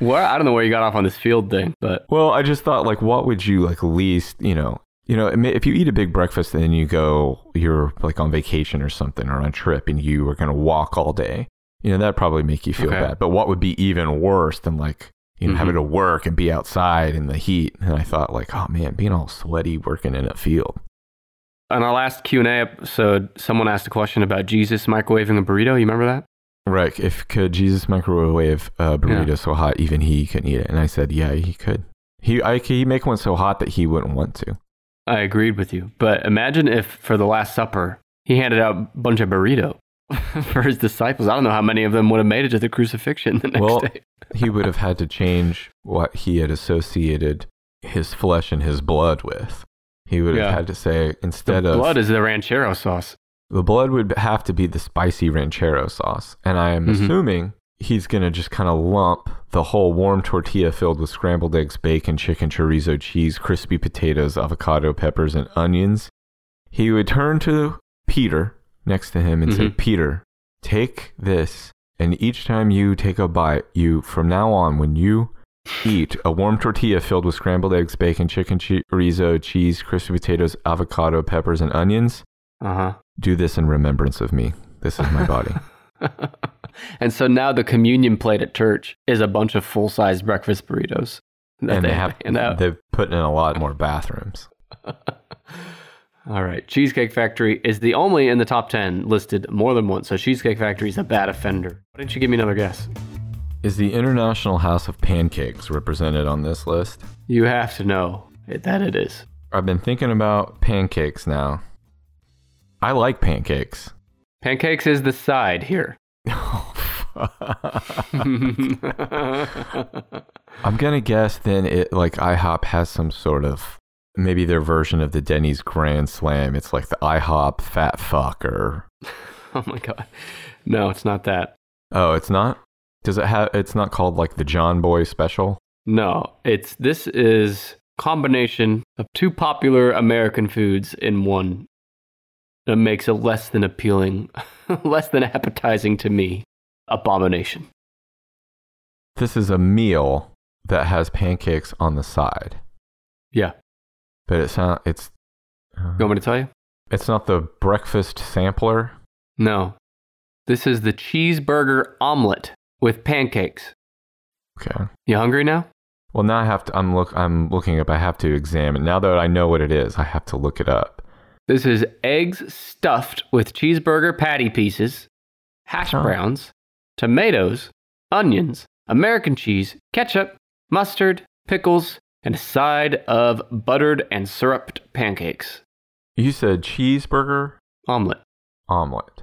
S1: well i don't know where you got off on this field thing but
S2: well i just thought like what would you like least you know you know I mean, if you eat a big breakfast and then you go you're like on vacation or something or on a trip and you are going to walk all day you know that'd probably make you feel
S1: Okay.
S2: bad but what would be even worse than like you know
S1: Mhm.
S2: having to work and be outside in the heat and i thought like oh man being all sweaty working in a field
S1: on our last q&a episode someone asked a question about jesus microwaving a burrito you remember that
S2: right if could jesus microwave a burrito
S1: Yeah.
S2: so hot even he couldn't eat it and i said yeah he could he i could he make one so hot that he wouldn't want to
S1: i agreed with you but imagine if for the last supper he handed out a bunch of burrito for his disciples i don't know how many of them would have made it to the crucifixion the next
S2: Well,
S1: day
S2: he would have had to change what he had associated his flesh and his blood with. He would
S1: Yeah.
S2: have had to say
S1: The
S2: instead of
S1: blood is the ranchero sauce.
S2: the blood would have to be the spicy ranchero sauce, and I am
S1: Mhm.
S2: assuming he's gonna just kind of lump the whole warm tortilla filled with scrambled eggs, bacon, chicken, chorizo, cheese, crispy potatoes, avocado, peppers, and onions. He would turn to Peter next to him and say,
S1: Mhm.
S2: "Peter, take this, and each time you take a bite, you from now on, when you eat a warm tortilla filled with scrambled eggs, bacon, chicken, chorizo, cheese, crispy potatoes, avocado, peppers, and onions."
S1: Uh
S2: Do this in remembrance of me. This is my body.
S1: huh. and so now the communion plate at church is a bunch of full sized breakfast burritos. that
S2: and they have
S1: hand out.
S2: they've put in a lot more bathrooms.
S1: All right. Cheesecake Factory is the only in the top 10 listed more than once. So Cheesecake Factory is a bad offender. Why didn't you give me another guess?
S2: Is the International House of Pancakes represented on this list?
S1: You have to know it- that it is.
S2: I've been thinking about pancakes now. I like pancakes.
S1: Pancakes is the side here. Oh
S2: I'm gonna guess then it like IHOP has some sort of maybe their version of the Denny's Grand Slam. It's like the IHOP Fat Fuck or
S1: oh my God. No, it's not that.
S2: oh, it's not. Does it have? It's not called like the John Boy Special.
S1: No, it's this is combination of two popular American foods in one. that makes a less than appealing, less than appetizing to me abomination.
S2: This is a meal that has pancakes on the side,
S1: Yeah.
S2: but it's not. It's uh,
S1: You want me to tell you?
S2: it's not the breakfast sampler.
S1: No. This is the cheeseburger omelet with pancakes.
S2: Okay.
S1: You hungry now?
S2: Well, now I have to. I'm look. I'm looking up. I have to examine. Now that I know what it is, I have to look it up.
S1: This is eggs stuffed with cheeseburger patty pieces, hash
S2: Oh.
S1: browns, tomatoes, onions, American cheese, ketchup, mustard, pickles, and a side of buttered and syruped pancakes.
S2: You said cheeseburger
S1: Omelet.
S2: omelet.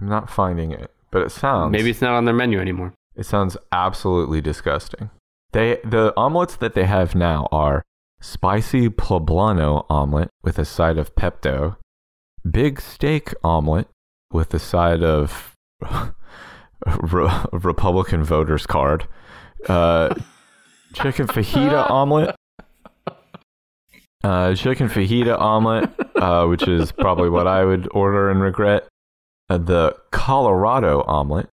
S2: I'm not finding it, but it sounds
S1: Maybe it's not on their menu anymore.
S2: It sounds absolutely disgusting. They the omelets that they have now are spicy poblano omelet with a side of Pepto, big steak omelet with a side of Re- Republican voters card, uh, chicken fajita omelet, uh, chicken fajita omelet, uh, which is probably what I would order and regret. Uh, the Colorado omelet.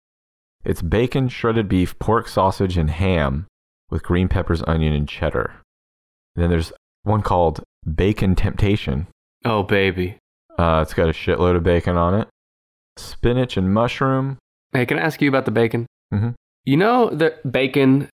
S2: It's bacon, shredded beef, pork sausage, and ham with green peppers, onion, and cheddar. And then there's one called Bacon Temptation.
S1: Oh, baby.
S2: Uh, it's got a shitload of bacon on it. Spinach and mushroom.
S1: Hey, can I ask you about the bacon?
S2: Mhm.
S1: You know, the bacon,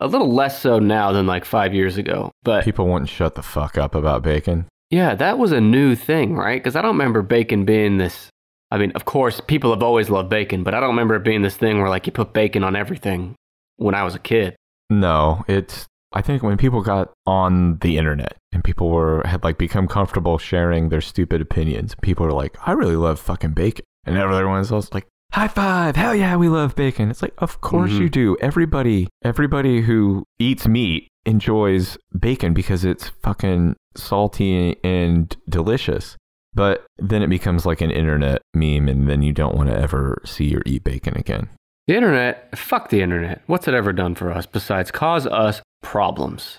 S1: a little less so now than like five years ago, but
S2: People wouldn't shut the fuck up about bacon.
S1: Yeah, that was a new thing, right? Because I don't remember bacon being this. I mean, of course, people have always loved bacon, but I don't remember it being this thing where like you put bacon on everything when I was a kid.
S2: No, it's. I think when people got on the internet and people were had like become comfortable sharing their stupid opinions, people were like, "I really love fucking bacon," and everyone's else like, "High five! Hell yeah, we love bacon!" It's like, of course
S1: Mhm.
S2: you do. Everybody, everybody who eats meat enjoys bacon because it's fucking salty and delicious. But then it becomes like an internet meme, and then you don't want to ever see or eat bacon again.
S1: The internet, fuck the internet. What's it ever done for us besides cause us problems?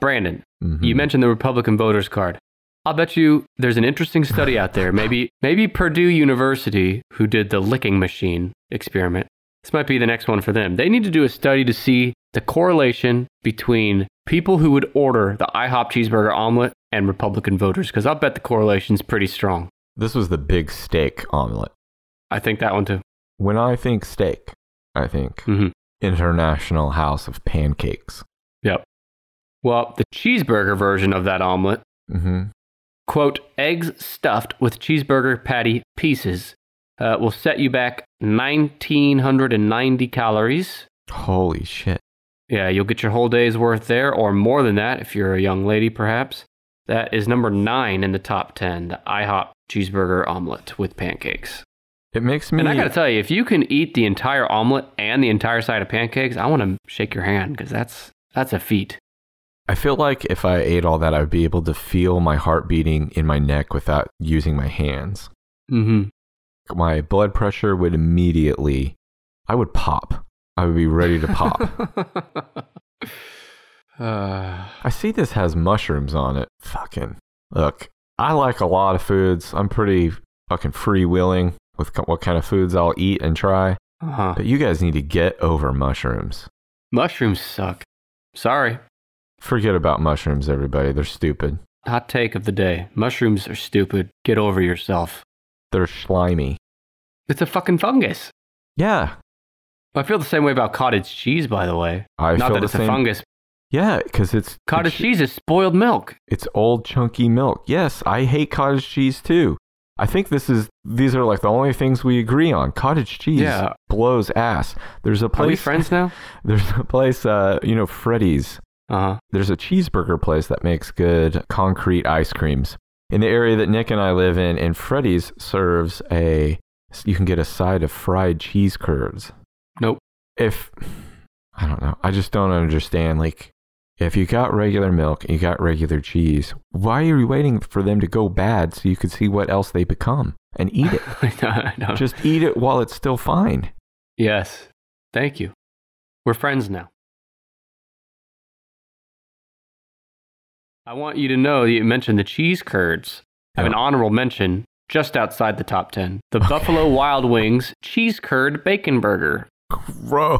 S1: Brandon,
S2: Mhm.
S1: you mentioned the Republican voters card. I'll bet you there's an interesting study out there. Maybe maybe Purdue University, who did the licking machine experiment. This might be the next one for them. They need to do a study to see the correlation between people who would order the IHOP cheeseburger omelet and Republican voters, because I'll bet the correlation's pretty strong.
S2: this was the big steak omelet.
S1: I think that one too.
S2: When I think steak, I think
S1: Mhm.
S2: International House of Pancakes.
S1: Well, the cheeseburger version of that omelet
S2: hmm
S1: quote, eggs stuffed with cheeseburger patty pieces uh, will set you back 1,990 calories.
S2: Holy shit.
S1: Yeah, you'll get your whole day's worth there, or more than that if you're a young lady, perhaps. That is number nine in the top 10, the IHOP cheeseburger omelet with pancakes.
S2: It makes me.
S1: And I gotta tell you, if you can eat the entire omelet and the entire side of pancakes, I wanna shake your hand, because that's, that's a feat.
S2: I feel like if I ate all that, I would be able to feel my heart beating in my neck without using my hands.
S1: Mm
S2: My blood pressure would immediately. I would pop. I would be ready to pop.
S1: pop. uh,
S2: I see this has mushrooms on it. Fucking look, I like a lot of foods. I'm pretty fucking freewheeling with co- what kind of foods I'll eat and try.
S1: uh-huh.
S2: But you guys need to get over mushrooms.
S1: Mushrooms suck. Sorry.
S2: Forget about mushrooms, everybody. They're stupid.
S1: Hot take of the day. Mushrooms are stupid. Get over yourself.
S2: They're slimy.
S1: It's a fucking fungus.
S2: Yeah,
S1: I feel the same way about cottage cheese, by the way.
S2: I
S1: Not
S2: feel
S1: that
S2: the
S1: it's
S2: same.
S1: a fungus.
S2: Yeah, because it's
S1: Cottage
S2: it's,
S1: cheese is spoiled milk.
S2: It's old chunky milk. Yes, I hate cottage cheese too. I think this is these are like the only things we agree on. Cottage cheese
S1: Yeah.
S2: blows ass. There's a
S1: Are we
S2: place
S1: friends now?
S2: There's a place, uh, you know, Freddy's.
S1: Uh
S2: There's a cheeseburger place that makes good concrete ice creams in the area that Nick and I live in. And Freddy's serves a, you can get a side of fried cheese curds.
S1: Nope.
S2: If, I don't know. I just don't understand. Like, if you got regular milk and you got regular cheese, why are you waiting for them to go bad so you could see what else they become and eat it?
S1: huh. I know.
S2: just eat it while it's still fine.
S1: yes. Thank you. We're friends now. I want you to know that you mentioned the cheese curds. I have an honorable mention just outside the top 10 the Buffalo Wild Wings Cheese Curd Bacon Burger.
S2: Bro.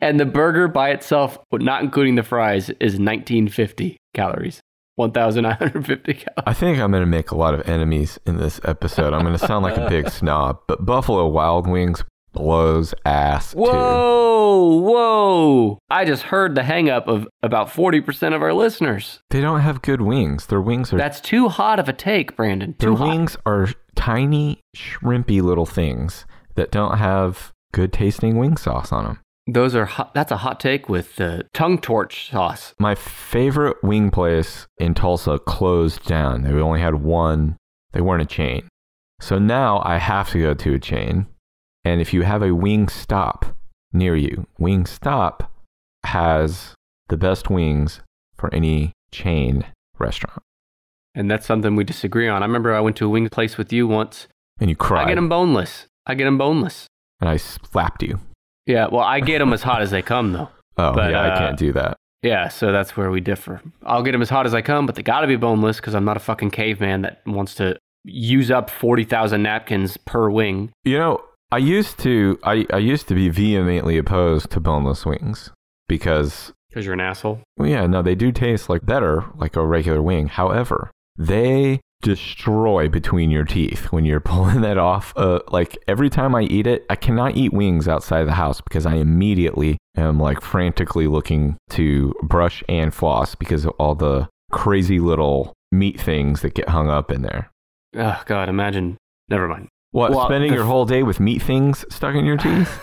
S1: and the burger by itself, but not including the fries, is 1950 calories. 1950 calories.
S2: I think I'm going to make a lot of enemies in this episode. I'm going to sound like a big snob, but Buffalo Wild Wings blows ass too.
S1: Whoa, whoa. I just heard the hang up of about 40% of our listeners.
S2: They don't have good wings. Their wings are
S1: That's too hot of a take, Brandon.
S2: their
S1: Too hot.
S2: wings are tiny, shrimpy little things that don't have good tasting wing sauce on them.
S1: Those are hot. That's a hot take with the tongue torch sauce.
S2: My favorite wing place in Tulsa closed down. They only had one, they weren't a chain. So now I have to go to a chain. And if you have a wing stop near you, Wing Stop has the best wings for any chain restaurant.
S1: And that's something we disagree on. I remember I went to a wing place with you once.
S2: And you
S1: I
S2: cried.
S1: get them boneless. I get them boneless.
S2: and I slapped you.
S1: Yeah, well, I get them as hot as they come, though.
S2: Oh,
S1: But,
S2: yeah,
S1: uh,
S2: I can't do that.
S1: Yeah, so that's where we differ. I'll get them as hot as I come, but they gotta be boneless because I'm not a fucking caveman that wants to use up 40,000 napkins per wing.
S2: You know, I used to I, I used to be vehemently opposed to boneless wings because
S1: Because you're an asshole.
S2: Well, yeah, no, they do taste like better, like a regular wing. However, they destroy between your teeth when you're pulling that off. Uh, like every time I eat it, I cannot eat wings outside the house because I immediately am like frantically looking to brush and floss because of all the crazy little meat things that get hung up in there.
S1: Oh, God, imagine. Never mind.
S2: What,
S1: Well,
S2: spending
S1: the
S2: your
S1: f-
S2: whole day with meat things stuck in your teeth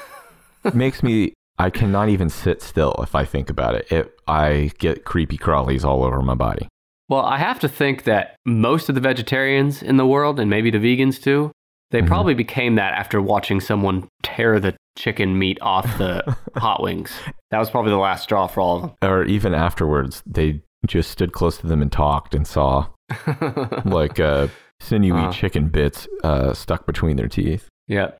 S2: makes me. I cannot even sit still if I think about it. it. I get creepy crawlies all over my body.
S1: Well, I have to think that most of the vegetarians in the world, and maybe the vegans too, they
S2: Mhm.
S1: probably became that after watching someone tear the chicken meat off the hot wings. That was probably the last straw for all
S2: or even afterwards, they just stood close to them and talked and saw
S1: of them.
S2: like uh, sinewy
S1: Uh-huh.
S2: chicken bits uh, stuck between their teeth.
S1: yeah.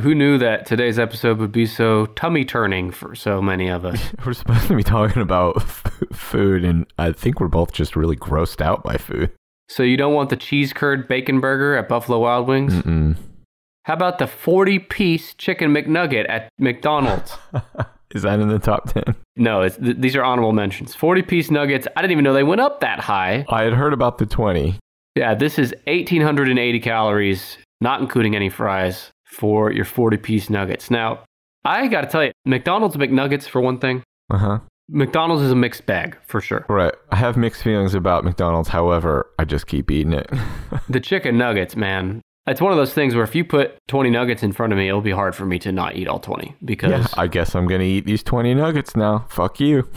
S1: Who knew that today's episode would be so tummy turning for so many of us?
S2: We're supposed to be talking about f- food, and I think we're both just really grossed out by food.
S1: so, you don't want the cheese curd bacon burger at Buffalo Wild Wings?
S2: Mm-mm.
S1: How about the 40 piece chicken McNugget at McDonald's?
S2: Is that in the top ten?
S1: No, it's, th- these are honorable mentions. 40 piece nuggets. I didn't even know they went up that high.
S2: I had heard about the twenty.
S1: Yeah, this is 1,880 calories, not including any fries, for your 40 piece nuggets. Now, I got to tell you, McDonald's McNuggets, for one thing,
S2: Uh huh.
S1: McDonald's is a mixed bag for sure.
S2: Right. I have mixed feelings about McDonald's. However, I just keep eating it.
S1: The chicken nuggets, man. It's one of those things where if you put 20 nuggets in front of me, it'll be hard for me to not eat all 20 because,
S2: yeah.
S1: yeah.
S2: I guess I'm gonna eat these twenty nuggets now. Fuck you.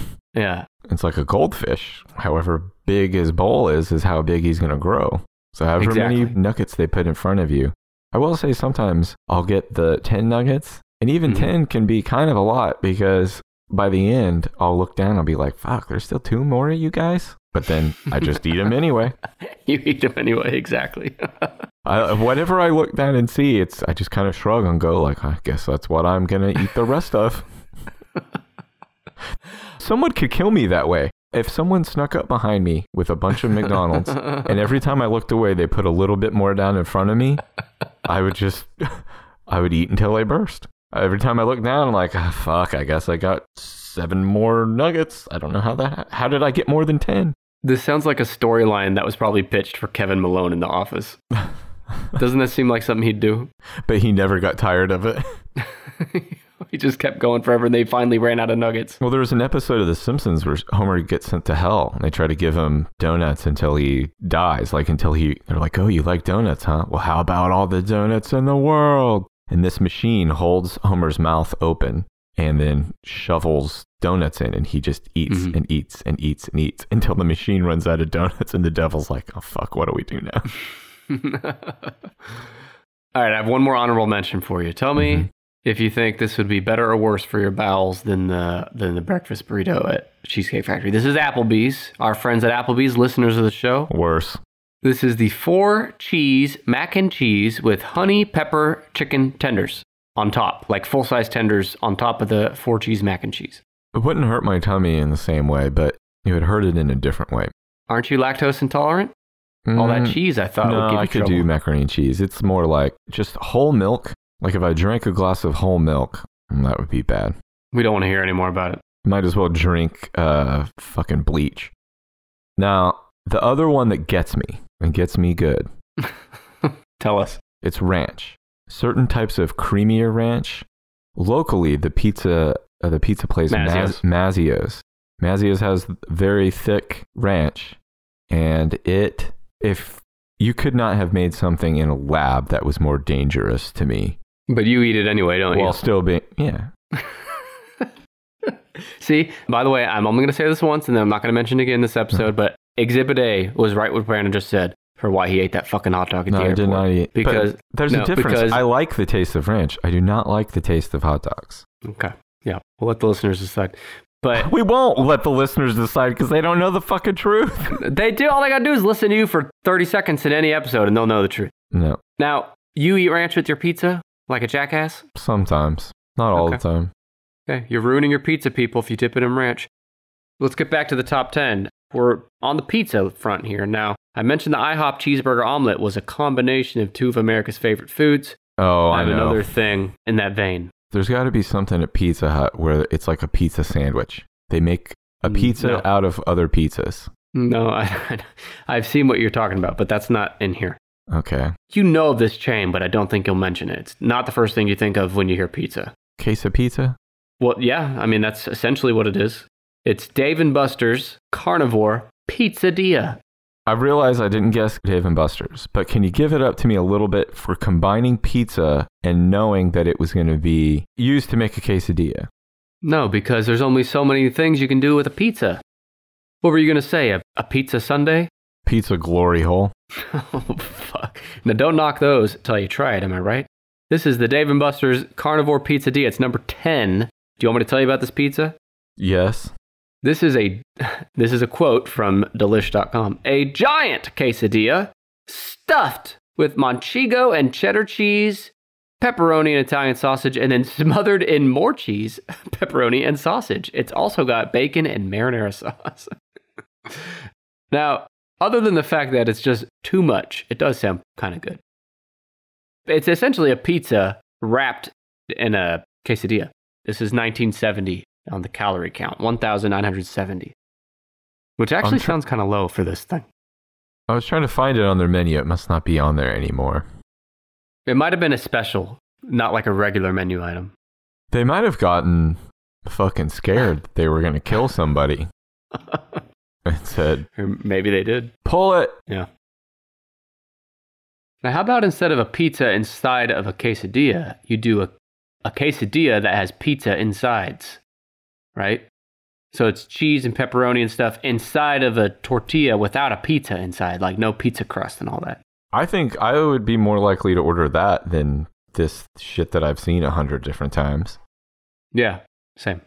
S2: It's like a goldfish. However big his bowl is, is how big he's going to grow. So, however many
S1: Exactly.
S2: nuggets they put in front of you. I will say sometimes I'll get the 10 nuggets, and even
S1: Mhm.
S2: 10 can be kind of a lot because by the end, I'll look down and I'll be like, fuck, there's still two more of you guys. But then I just eat them anyway.
S1: you eat them anyway. Exactly.
S2: I, whatever I look down and see, it's I just kind of shrug and go like, I guess that's what I'm gonna eat the rest of. someone could kill me that way. If someone snuck up behind me with a bunch of McDonald's, and every time I looked away, they put a little bit more down in front of me, I would just, I would eat until I burst. Every time I look down, I'm like, "Ah, fuck, I guess I got seven more nuggets. I don't know how that. How did I get more than ten?
S1: This sounds like a storyline that was probably pitched for Kevin Malone in The Office. Doesn't that seem like something he'd do?
S2: But he never got tired of it.
S1: he just kept going forever and they finally ran out of nuggets.
S2: Well, there was an episode of The Simpsons where Homer gets sent to hell, and they try to give him donuts until he dies. Like until he, they're like, "Oh, you like donuts, huh? Well, how about all the donuts in the world?" And this machine holds Homer's mouth open and then shovels donuts in, and he just eats
S1: Mhm.
S2: and eats and eats and eats until the machine runs out of donuts, and the devil's like, "Oh fuck, what do we do now?"
S1: All right, I have one more honorable mention for you. Tell me
S2: Mhm.
S1: if you think this would be better or worse for your bowels than the than the breakfast burrito at Cheesecake Factory. This is Applebee's, our friends at Applebee's, listeners of the show.
S2: Worse.
S1: This is the four cheese mac and cheese with honey pepper chicken tenders on top, like full size tenders on top of the four cheese mac and cheese.
S2: It wouldn't hurt my tummy in the same way, but it would hurt it in a different way.
S1: Aren't you lactose intolerant? All that cheese I thought would
S2: Mm, no,
S1: give you
S2: I could
S1: trouble.
S2: do macaroni and cheese. It's more like just whole milk. Like if I drank a glass of whole milk, mm, that would be bad.
S1: We don't want to hear any more about it.
S2: Might as well drink uh, fucking bleach. Now, the other one that gets me and gets me good,
S1: Tell us.
S2: it's ranch. Certain types of creamier ranch. Locally, the pizza uh, the pizza place
S1: Mazio's.
S2: Maz- Mazio's. Mazio's has very thick ranch, and it if you could not have made something in a lab that was more dangerous to me
S1: But you eat it anyway, don't
S2: while still being yeah
S1: you? See, by the way, I'm only going to say this once and then I'm not going to mention it again in this episode, but Exhibit A was right what Brandon just said for why he ate that fucking hot dog at
S2: no
S1: the
S2: I
S1: airport.
S2: did not eat But
S1: Because
S2: there's
S1: no,
S2: a difference
S1: because-
S2: I like the taste of ranch I do not like the taste of hot dogs
S1: Okay. Yeah. We'll let the listeners decide. But
S2: we won't let the listeners decide because they don't know the fucking truth
S1: they do. All they got to do is listen to you for 30 seconds in any episode and they'll know the truth.
S2: no
S1: Now, you eat ranch with your pizza like a jackass?
S2: sometimes not all
S1: Okay.
S2: the time
S1: Okay. You're ruining your pizza, people, if you dip it in ranch. Let's get back to the top 10. We're on the pizza front here. Now, I mentioned the IHOP cheeseburger omelet was a combination of two of America's favorite foods.
S2: oh
S1: I
S2: I
S1: have
S2: know
S1: another thing in that vein.
S2: There's got to be something at Pizza Hut where it's like a pizza sandwich. They make a
S1: Mm,
S2: pizza
S1: no.
S2: out of other pizzas.
S1: No, I, I've seen what you're talking about, but that's not in here.
S2: Okay.
S1: You know of this chain, but I don't think you'll mention it. It's not the first thing you think of when you hear pizza.
S2: Queso pizza?
S1: Well, yeah, I mean, that's essentially what it is. It's Dave and Buster's Carnivore Pizzeria.
S2: I realize I didn't guess Dave and Buster's, but can you give it up to me a little bit for combining pizza and knowing that it was going to be used to make a quesadilla?
S1: No, because there's only so many things you can do with a pizza. What were you going to say? A, a pizza Sunday?
S2: Pizza glory hole.
S1: oh, fuck. Now, don't knock those till you try it, am I right? This is the Dave and Buster's Carnivore Pizzeria. It's number 10. Do you want me to tell you about this pizza?
S2: Yes.
S1: This is a this is a quote from delish.com. A giant quesadilla stuffed with manchego and cheddar cheese, pepperoni and Italian sausage and then smothered in more cheese, pepperoni and sausage. It's also got bacon and marinara sauce. now, other than the fact that it's just too much, it does sound kind of good. It's essentially a pizza wrapped in a quesadilla. This is 1970 on the calorie count, 1,970, which actually
S2: tr-
S1: sounds kind of low for this thing.
S2: I was trying to find it on their menu. It must not be on there anymore.
S1: It might have been a special, not like a regular menu item.
S2: They might have gotten fucking scared that they were going to kill somebody and said,
S1: or maybe they did.
S2: pull it.
S1: Now, how about instead of a pizza inside of a quesadilla, you do a, a quesadilla that has pizza insides, right? So it's cheese and pepperoni and stuff inside of a tortilla without a pizza inside, like no pizza crust and all that.
S2: I think I would be more likely to order that than this shit that I've seen a hundred different times.
S1: Yeah, same.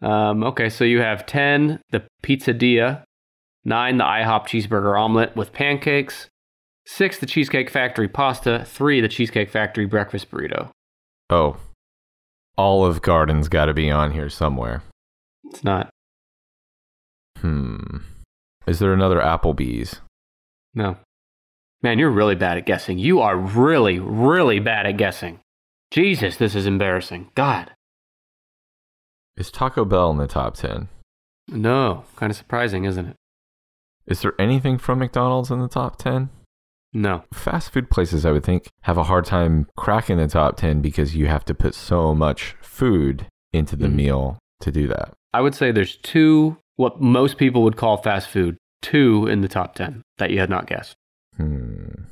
S1: Um, okay, so you have 10, the pizzeria, 9, the IHOP cheeseburger omelet with pancakes, 6, the Cheesecake Factory pasta, 3, the Cheesecake Factory breakfast burrito.
S2: Oh, Olive Garden's got to be on here somewhere.
S1: It's not,
S2: Hmm. Is there another Applebee's?
S1: no. Man, you're really bad at guessing. You are really, really bad at guessing. Jesus, this is embarrassing. God.
S2: Is Taco Bell in the top 10?
S1: No, kind of surprising, isn't it?
S2: Is there anything from McDonald's in the top 10?
S1: No.
S2: Fast food places, I would think, have a hard time cracking the top 10 because you have to put so much food into the
S1: Mhm.
S2: meal to do that.
S1: I would say there's two, what most people would call fast food, two in the top 10 that you had not guessed.
S2: Hmm.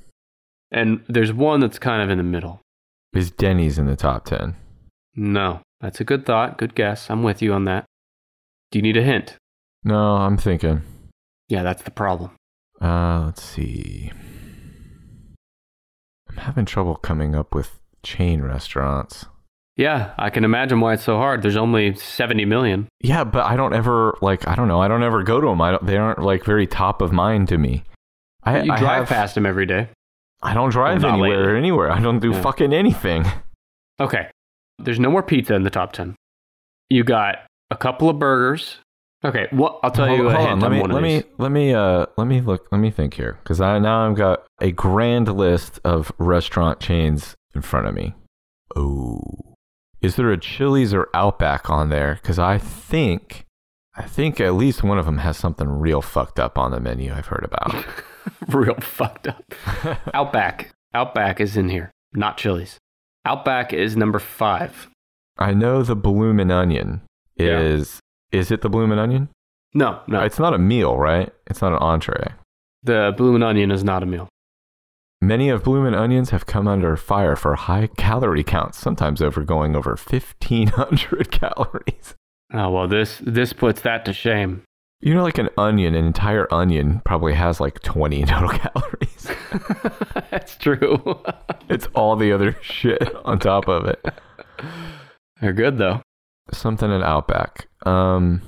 S1: And there's one that's kind of in the middle.
S2: Is Denny's in the top 10?
S1: No, that's a good thought. Good guess. I'm with you on that. Do you need a hint?
S2: No, I'm thinking.
S1: Yeah, that's the problem.
S2: Uh, let's see. I'm having trouble coming up with chain restaurants.
S1: Yeah, I can imagine why it's so hard. There's only 70 million.
S2: Yeah, but I don't ever like. I don't know. I don't ever go to them. I don't. They aren't like very top of mind to me. I,
S1: you
S2: I
S1: drive
S2: have-
S1: past them every day.
S2: I don't drive
S1: Not
S2: anywhere.
S1: lately.
S2: Anywhere. I don't do
S1: Yeah.
S2: fucking anything.
S1: Okay. There's no more pizza in the top 10. You got a couple of burgers, Okay, well, I'll tell you
S2: Hold- hold
S1: ahead.
S2: on, let
S1: on
S2: me
S1: one
S2: let
S1: of
S2: me
S1: these.
S2: let me uh let me look let me think here because I now I've got a grand list of restaurant chains in front of me. Oh, is there a Chili's or Outback on there? Because I think I think at least one of them has something real fucked up on the menu. I've heard about.
S1: real fucked up. Outback. Outback is in here, not Chili's. Outback is number five.
S2: I know the Bloomin' Onion
S1: Yeah.
S2: is. Is it the Bloomin' Onion?
S1: No, no,
S2: It's not a meal, right? It's not an entree.
S1: the bloomin' onion is not a meal.
S2: Many of Bloomin' Onions have come under fire for high calorie counts, sometimes over going over 1,500 calories.
S1: Oh well, this this puts that to shame.
S2: You know, like an onion, an entire onion probably has like 20 total calories.
S1: That's true.
S2: it's all the other shit on top of it.
S1: They're good though.
S2: Something at Outback. Um,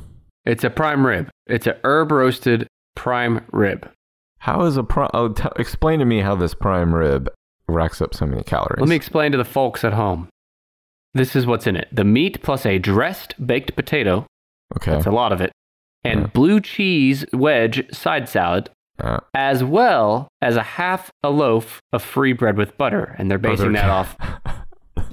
S1: It's a prime rib. It's a herb roasted prime rib.
S2: how is a prime? Oh, t- explain to me how this prime rib racks up so many calories.
S1: Let me explain to the folks at home. This is what's in it: the meat plus a dressed baked potato.
S2: Okay.
S1: That's a lot of it, and
S2: Yeah.
S1: blue cheese wedge side salad,
S2: Uh,
S1: as well as a half a loaf of free bread with butter. And they're basing
S2: other-
S1: that off.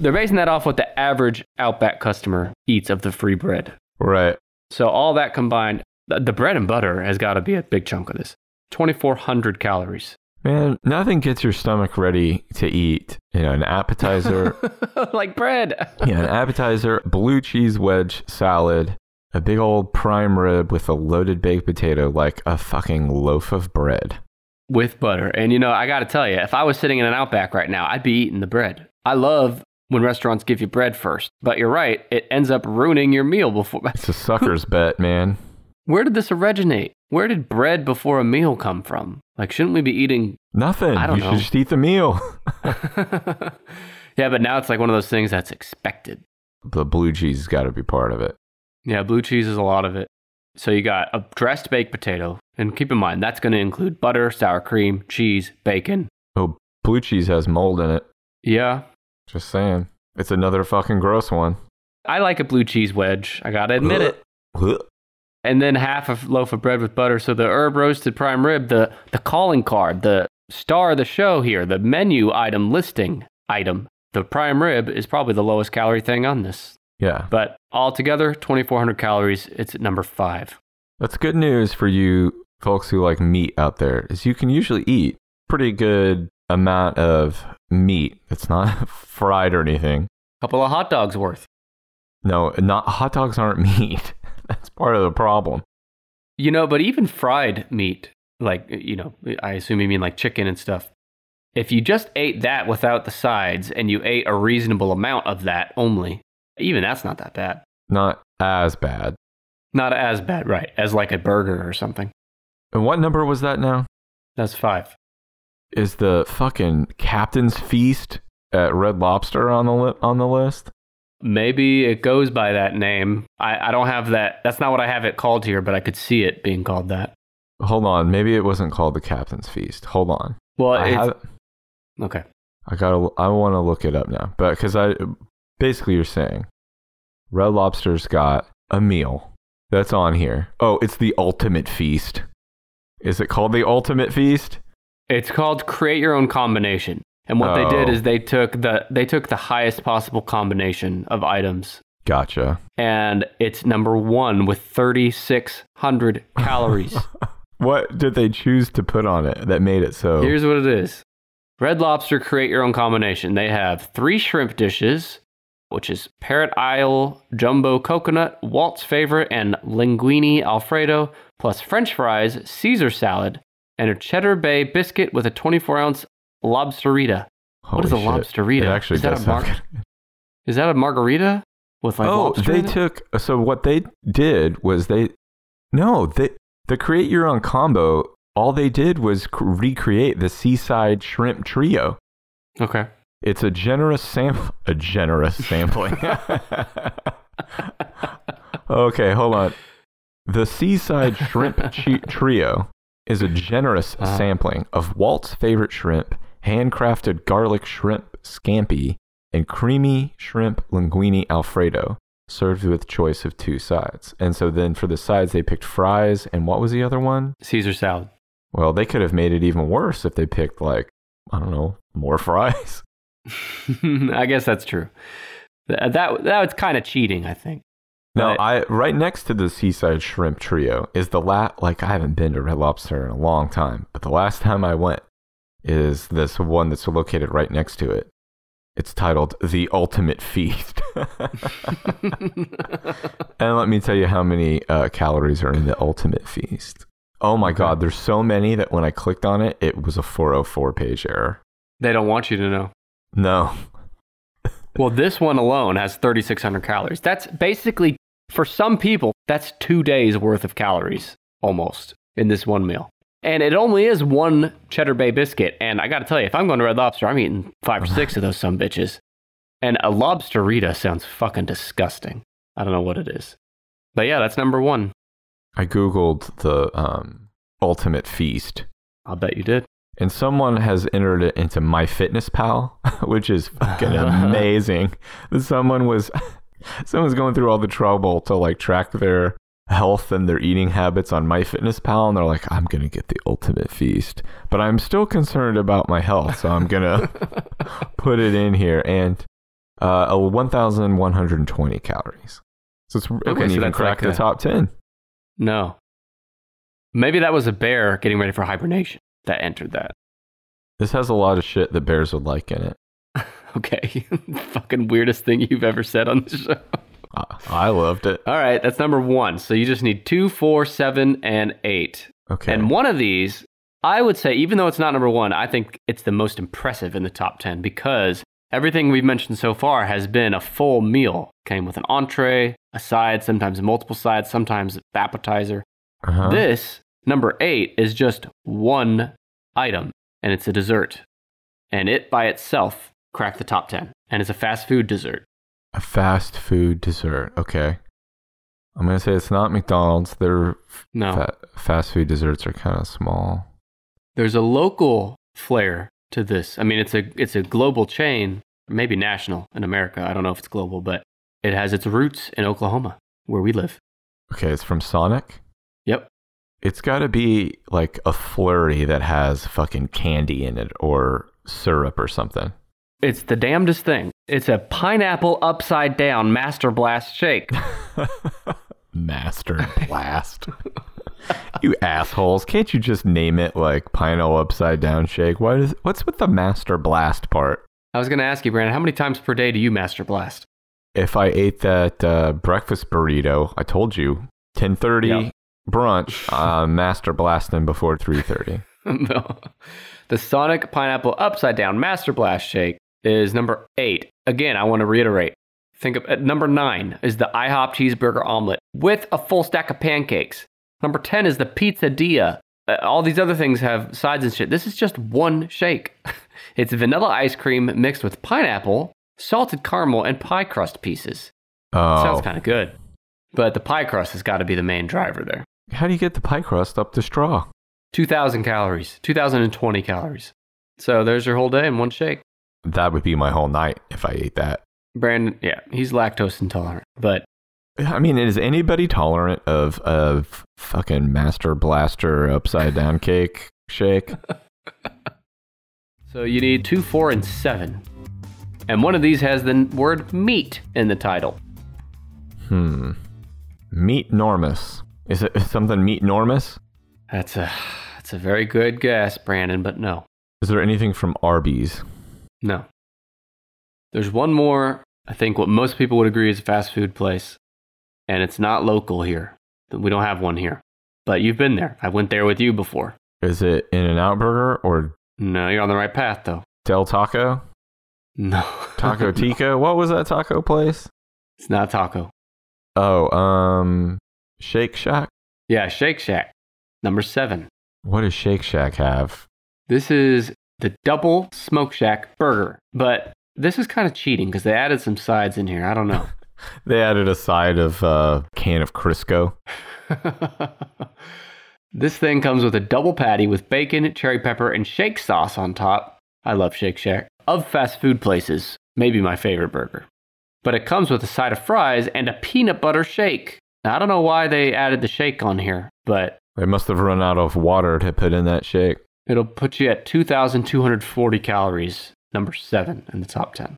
S1: They're basing that off what the average Outback customer eats of the free bread.
S2: right.
S1: So all that combined, th- the bread and butter has got to be a big chunk of this. 2,400 calories.
S2: Man, nothing gets your stomach ready to eat. You know, an appetizer,
S1: like bread.
S2: yeah, an appetizer, blue cheese wedge salad, a big old prime rib with a loaded baked potato, like a fucking loaf of bread.
S1: With butter. And you know, I got to tell you, if I was sitting in an Outback right now, I'd be eating the bread. I love when restaurants give you bread first, but you're right, it ends up ruining your meal before.
S2: It's a sucker's bet, man.
S1: Where did this originate? Where did bread before a meal come from? Like, shouldn't we be eating
S2: Nothing.
S1: I don't
S2: you
S1: know.
S2: should just eat the meal.
S1: yeah, but now it's like one of those things that's expected.
S2: the blue cheese has got to be part of it.
S1: Yeah, blue cheese is a lot of it. So you got a dressed baked potato, and keep in mind that's going to include butter, sour cream, cheese, bacon.
S2: Oh, blue cheese has mold in it.
S1: Yeah,
S2: Just saying. It's another fucking gross one.
S1: I like a blue cheese wedge. I gotta admit it. And then half a loaf of bread with butter. So the herb roasted prime rib, the the calling card, the star of the show here, the menu item listing item. The prime rib is probably the lowest calorie thing on this.
S2: Yeah.
S1: But altogether, 2,400 calories. It's at number five.
S2: That's good news for you folks who like meat out there is you can usually eat pretty good amount of meat. It's not fried or anything.
S1: Couple of hot dogs worth.
S2: No, not hot dogs aren't meat. That's part of the problem.
S1: You know, but even fried meat, like, you know, I assume you mean like chicken and stuff. If you just ate that without the sides and you ate a reasonable amount of that only, even that's not that bad.
S2: Not as bad.
S1: Not as bad, right, as like a burger or something.
S2: And what number was that now?
S1: That's five.
S2: Is the fucking Captain's Feast at Red Lobster on the li- on the list?
S1: Maybe it goes by that name. I, I don't have that. That's not what I have it called here, but I could see it being called that.
S2: Hold on, maybe it wasn't called the Captain's Feast. Hold on.
S1: Well,
S2: I
S1: it's-
S2: have
S1: okay.
S2: I gotta. I want to look it up now, but because I basically you're saying Red Lobster's got a meal that's on here. Oh, it's the ultimate feast. Is it called the ultimate feast?
S1: It's called create your own combination. And what they did
S2: Oh.
S1: is they took the they took the highest possible combination of items
S2: Gotcha.
S1: and it's number 1 with 3600 calories.
S2: What did they choose to put on it that made it so?
S1: Here's what it is. Red Lobster create your own combination. They have 3 shrimp dishes, which is Parrot Isle, Jumbo Coconut, Walt's Favorite and Linguine Alfredo, plus french fries, Caesar salad, and a Cheddar Bay biscuit with a 24 ounce lobsterita. what is a
S2: Holy shit.
S1: lobsterita?
S2: It actually
S1: Is that
S2: does
S1: a
S2: sound
S1: mar-
S2: good.
S1: Is that a margarita with like
S2: oh,
S1: lobster?
S2: they
S1: in it?
S2: took. So what they did was they, no, they the create your own combo. All they did was cr- recreate the seaside shrimp trio.
S1: okay.
S2: It's a generous sample. A generous sampling. okay, hold on. The Seaside Shrimp chi- Trio is a generous
S1: Uh.
S2: sampling of Walt's favorite shrimp, handcrafted garlic shrimp scampi, and creamy shrimp linguine alfredo, served with choice of two sides. And so then for the sides, they picked fries and what was the other one?
S1: Caesar salad.
S2: Well, they could have made it even worse if they picked, like, I don't know, more fries.
S1: I guess that's true. That that, that was kind of cheating, I think.
S2: Now,
S1: But-
S2: I right next to the seaside shrimp trio is the lat. Like I haven't been to Red Lobster in a long time, but the last time I went is this one that's located right next to it. It's titled "The Ultimate Feast," and let me tell you how many uh, calories are in the Ultimate Feast. Oh my God, there's so many that when I clicked on it, it was a 404 page error.
S1: they don't want you to know.
S2: No,
S1: Well, this one alone has 3,600 calories. That's basically, for some people, that's two days worth of calories almost in this one meal. And it only is one Cheddar Bay biscuit. And I got to tell you, if I'm going to Red Lobster, I'm eating five or six of those some bitches. And a lobsterita sounds fucking disgusting. I don't know what it is. But yeah, that's number one.
S2: I googled the um, Ultimate Feast.
S1: I'll bet you did.
S2: and someone has entered it into MyFitnessPal, which is fucking amazing. someone was someone's going through all the trouble to like track their health and their eating habits on MyFitnessPal, and they're like, "I'm gonna get the ultimate feast," but I'm still concerned about my health, so I'm gonna put it in here and uh, a 1,120 calories. So it's, it
S1: Okay,
S2: wouldn't
S1: so
S2: even
S1: that's
S2: crack
S1: like
S2: the
S1: a-
S2: top ten.
S1: No. Maybe that was a bear getting ready for hibernation that entered that.
S2: This has a lot of shit that bears would like in it.
S1: Okay. Fucking weirdest thing you've ever said on the show.
S2: I, I loved it.
S1: All right, that's number one. So you just need two, four, seven, and eight.
S2: Okay.
S1: And one of these, I would say, even though it's not number one, I think it's the most impressive in the top 10 because everything we've mentioned so far has been a full meal. Came with an entree, a side, sometimes multiple sides, sometimes the appetizer.
S2: Uh-huh.
S1: This, number eight, is just one item, and it's a dessert. And it by itself cracked the top 10, and it's a fast food dessert.
S2: A fast food dessert. Okay. I'm going to say it's not McDonald's. Their
S1: No.
S2: fa- fast food desserts are kind of small.
S1: there's a local flair to this. I mean, it's a it's a global chain, maybe national in America. I don't know if it's global, but it has its roots in Oklahoma, where we live.
S2: Okay, it's from Sonic.
S1: Yep.
S2: It's got to be like a flurry that has fucking candy in it or syrup or something.
S1: It's the damnedest thing. It's a pineapple upside down master blast shake.
S2: Master Blast. you assholes. Can't you just name it like Pino Upside Down Shake? What is, what's with the Master Blast part?
S1: I was going to ask you, Brandon, how many times per day do you master blast?
S2: if I ate that uh, breakfast burrito, I told you, 10:30
S1: Yeah.
S2: brunch, uh, master blasting before 3:30.
S1: no. The Sonic Pineapple Upside Down Master Blast Shake is number eight. Again, I want to reiterate. Think of at number nine is the IHOP cheeseburger omelet with a full stack of pancakes. Number ten is the pizzadilla. Uh, all these other things have sides and shit. This is just one shake. it's vanilla ice cream mixed with pineapple, salted caramel, and pie crust pieces.
S2: Oh,
S1: Sounds kind of good, but the pie crust has got to be the main driver there.
S2: how do you get the pie crust up the straw?
S1: 2,000 calories, 2,020 calories. So there's your whole day in one shake.
S2: That would be my whole night if I ate that.
S1: Brandon, yeah, he's lactose intolerant, but
S2: I mean, is anybody tolerant of of fucking master blaster upside down cake shake?
S1: so you need two, four, and seven. And one of these has the n- word meat in the title.
S2: Hmm. Meat normus. Is it is something meat normous?
S1: That's a, that's a very good guess, Brandon, but no,
S2: Is there anything from Arby's?
S1: no. There's one more, I think what most people would agree is a fast food place, and it's not local here. We don't have one here, but you've been there. I went there with you before.
S2: Is it In and Out Burger or
S1: No, you're on the right path, though.
S2: Del Taco?
S1: No.
S2: Taco Tika. What was that taco place?
S1: It's not taco.
S2: Oh, um, Shake Shack.
S1: Yeah, Shake Shack. Number seven.
S2: What does Shake Shack have?
S1: This is the double smoke shack burger, but this is kind of cheating because they added some sides in here. I don't know.
S2: They added a side of uh, can of Crisco.
S1: this thing comes with a double patty with bacon, cherry pepper, and shake sauce on top. I love Shake Shack. Of fast food places, maybe my favorite burger. but it comes with a side of fries and a peanut butter shake. Now, I don't know why they added the shake on here, but
S2: They must have run out of water to put in that shake.
S1: it'll put you at 2,240 calories, number seven in the top 10.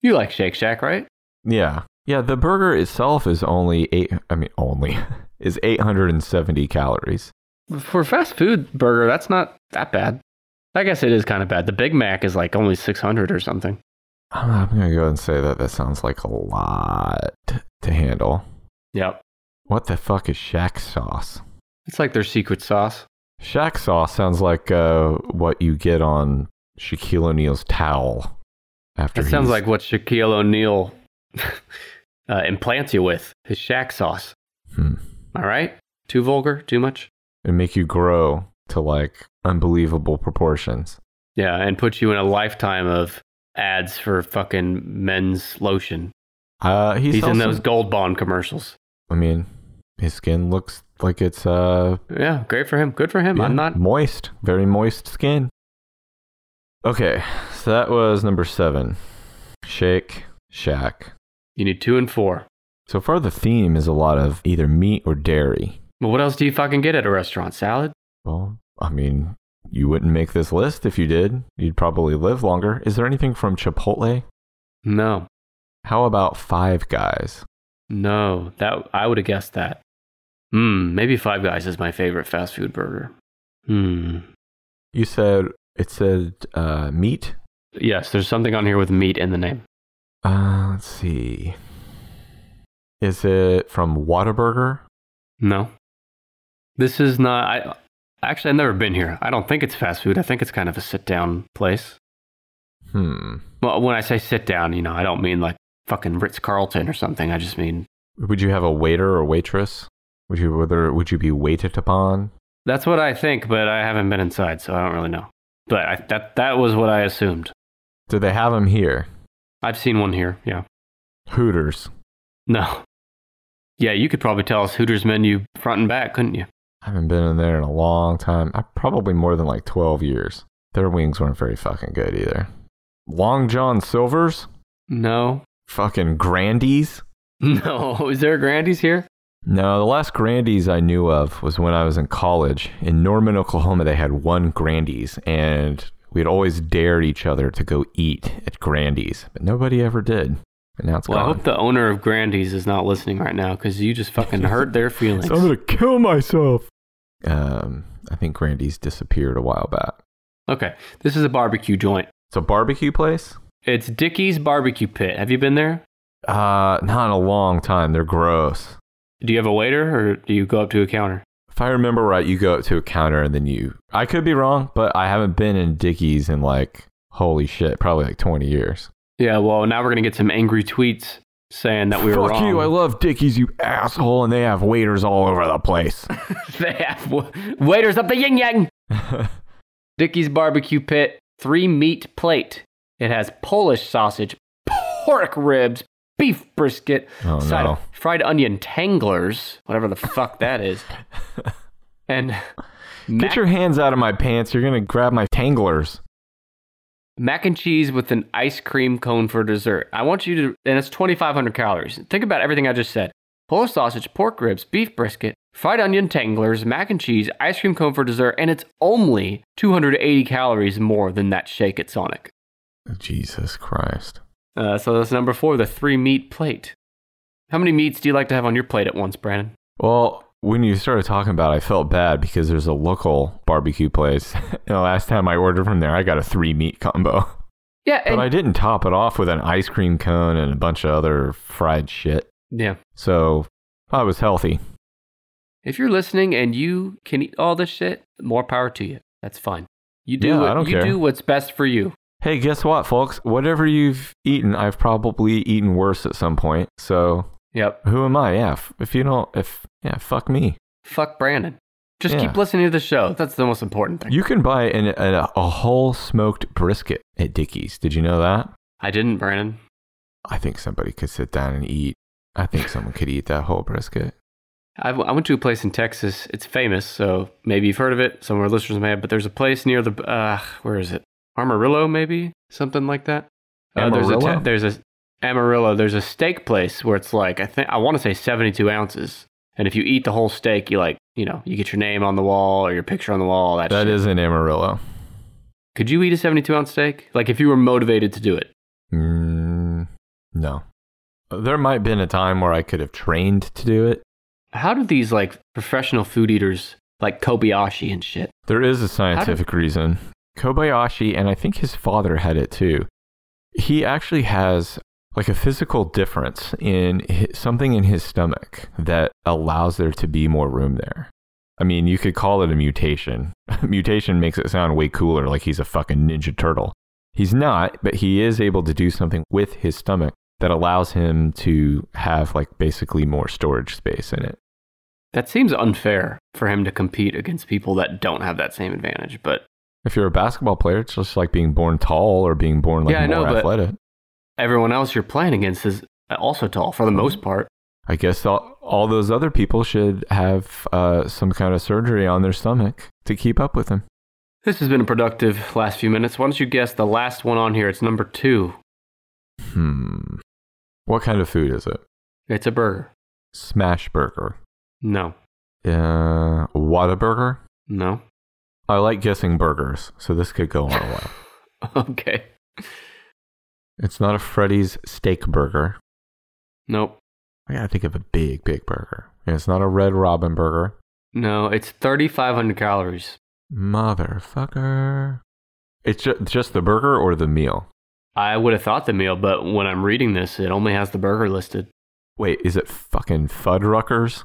S1: You like Shake Shack, right?
S2: Yeah. Yeah, the burger itself is only eight I mean only is eight hundred and seventy calories.
S1: For a fast food burger, that's not that bad. I guess it is kind of bad. The Big Mac is like only 600 or something.
S2: I'm I'm gonna go and say that that sounds like a lot to handle.
S1: Yep.
S2: What the fuck is shack sauce?
S1: It's like their secret sauce.
S2: Shack sauce sounds like uh, what you get on Shaquille O'Neal's towel after.
S1: That sounds
S2: he's-
S1: like what Shaquille O'Neal uh, implants you with his shack sauce.
S2: Hmm.
S1: All right? Too vulgar? Too much?
S2: it make you grow to like unbelievable proportions.
S1: Yeah, and put you in a lifetime of ads for fucking men's lotion.
S2: Uh, he's,
S1: He's, in
S2: also-
S1: those Gold Bond commercials.
S2: I mean, his skin looks like it's uh
S1: Yeah, great for him. Good for him.
S2: Yeah,
S1: I'm not.
S2: moist, very moist skin. Okay, so that was number seven, Shake Shack.
S1: You need two and four.
S2: So far, the theme is a lot of either meat or dairy.
S1: Well, what else do you fucking get at a restaurant? Salad?
S2: Well, I mean, you wouldn't make this list if you did. You'd probably live longer. Is there anything from Chipotle?
S1: No,
S2: How about Five Guys?
S1: no. That I would have guessed that. Hmm. Maybe Five Guys is my favorite fast food burger. Hmm.
S2: You said it said uh, meat.
S1: Yes, there's something on here with meat in the name.
S2: Uh, let's see. Is it from Whataburger?
S1: No. This is not. I actually I've never been here. I don't think it's fast food. I think it's kind of a sit down place.
S2: Hmm.
S1: Well, when I say sit down, you know, I don't mean like fucking Ritz Carlton or something. I just mean
S2: Would you have a waiter or waitress? Would you whether would you be waited upon?
S1: that's what I think, but I haven't been inside, so I don't really know. But I, that that was what I assumed.
S2: Do they have them here?
S1: I've seen one here. Yeah.
S2: Hooters.
S1: No. Yeah, you could probably tell us Hooters menu front and back, couldn't you?
S2: I haven't been in there in a long time. I probably more than like twelve years. Their wings weren't very fucking good either. Long John Silver's,
S1: No.
S2: fucking Grandies.
S1: No. Is there a Grandy's here?
S2: No, the last Grandies I knew of was when I was in college. In Norman, Oklahoma, they had one Grandies, and we'd always dared each other to go eat at Grandies, but nobody ever did. And now it's
S1: Well, I
S2: gone.
S1: hope the owner of Grandy's is not listening right now because you just fucking hurt their feelings.
S2: gonna kill myself. Um, I think Grandy's disappeared a while back.
S1: Okay, this is a barbecue joint.
S2: It's a barbecue place.
S1: It's Dickie's Barbecue Pit. Have you been there?
S2: Uh, not in a long time. They're gross.
S1: Do you have a waiter or do you go up to a counter?
S2: If I remember right, you go up to a counter and then you. I could be wrong, but I haven't been in Dickie's in like holy shit, probably like twenty years.
S1: Yeah, well, now we're going to get some angry tweets saying that we were
S2: Fuck
S1: wrong.
S2: you! I love Dickie's, you asshole, and they have waiters all over the place.
S1: they have wa- waiters up the yin yang. Dickie's Barbecue Pit, three meat plate. It has Polish sausage, pork ribs, beef brisket,
S2: Oh,
S1: side
S2: no.
S1: of fried onion tanglers, whatever the fuck that is, and mac,
S2: Get your hands out of my pants! You're gonna grab my tanglers.
S1: mac and cheese with an ice cream cone for dessert. I want you to, and it's 2,500 calories. Think about everything I just said. Polish sausage, pork ribs, beef brisket, fried onion tanglers, mac and cheese, ice cream cone for dessert, and it's only 280 calories more than that shake at Sonic.
S2: Jesus Christ!
S1: Uh, so that's number four, the three meat plate. How many meats do you like to have on your plate at once, Brandon?
S2: Well, when you started talking about it, I felt bad because there's a local barbecue place. and the last time I ordered from there, I got a three meat combo.
S1: Yeah,
S2: But
S1: and,
S2: I didn't top it off with an ice cream cone and a bunch of other fried shit.
S1: yeah.
S2: So I was healthy.
S1: If you're listening and you can eat all this shit, more power to you. That's fine. You do
S2: Yeah,
S1: what,
S2: I don't
S1: you
S2: care.
S1: do what's best for you.
S2: Hey, guess what, folks? Whatever you've eaten, I've probably eaten worse at some point. So
S1: Yep.
S2: who am I? Yeah. f- If you don't, if, yeah, fuck me.
S1: Fuck Brandon. Just
S2: Yeah.
S1: keep listening to the show. That's the most important thing.
S2: You can buy an, a, a whole smoked brisket at Dickie's. Did you know that?
S1: I didn't, Brandon.
S2: I think somebody could sit down and eat. I think someone could eat that whole brisket.
S1: I, I went to a place in Texas. It's famous, so maybe you've heard of it. Some of our listeners may have, but there's a place near the uh, where is it? Amarillo, maybe something like that. Uh, there's a
S2: Amarillo?
S1: te- there's a Amarillo, there's a steak place where it's like I think I want to say 72 ounces, and if you eat the whole steak, you like you know you get your name on the wall or your picture on the wall. All that
S2: That
S1: shit.
S2: is in Amarillo.
S1: Could you eat a 72 ounce steak? Like if you were motivated to do it.
S2: Mm, no. There might have been a time where I could have trained to do it.
S1: How do these like professional food eaters like Kobayashi and shit?
S2: There is a scientific reason. Kobayashi, and I think his father had it too. He actually has like a physical difference in hi something in his stomach that allows there to be more room there. I mean, you could call it a mutation. mutation makes it sound way cooler, like he's a fucking ninja turtle. He's not, but he is able to do something with his stomach that allows him to have like basically more storage space in it.
S1: That seems unfair for him to compete against people that don't have that same advantage. But
S2: If you're a basketball player, it's just like being born tall or being born like
S1: Yeah, I
S2: more
S1: know, but-
S2: athletic.
S1: everyone else you're playing against is also tall for the most part.
S2: I guess all, all those other people should have uh, some kind of surgery on their stomach to keep up with him.
S1: This has been a productive last few minutes. Why don't you guess the last one on here? It's number two.
S2: Hmm. What kind of food is it?
S1: It's a burger.
S2: Smash burger.
S1: No,
S2: Uh, Whataburger?
S1: no.
S2: I like guessing burgers, so this could go on a while.
S1: Okay.
S2: it's not a Freddy's steak burger.
S1: Nope.
S2: I gotta think of a big, big burger. And it's not a Red Robin burger.
S1: No, it's 3,500 calories.
S2: Motherfucker. It's ju- just the burger or the meal?
S1: I would have thought the meal, but when I'm reading this, it only has the burger listed.
S2: Wait, is it fucking Fuddruckers?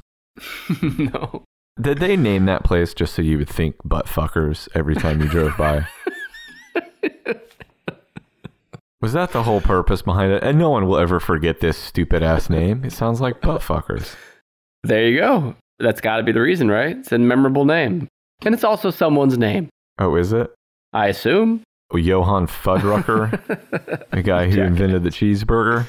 S1: no.
S2: Did they name that place just so you would think butt fuckers every time you drove by? Was that the whole purpose behind it? And no one will ever forget this stupid ass name. It sounds like butt fuckers.
S1: There you go. That's got to be the reason, right? It's a memorable name. And it's also someone's name,
S2: Oh, is it?
S1: I assume.
S2: Oh, Johann Fuddrucker, the guy who invented the cheeseburger?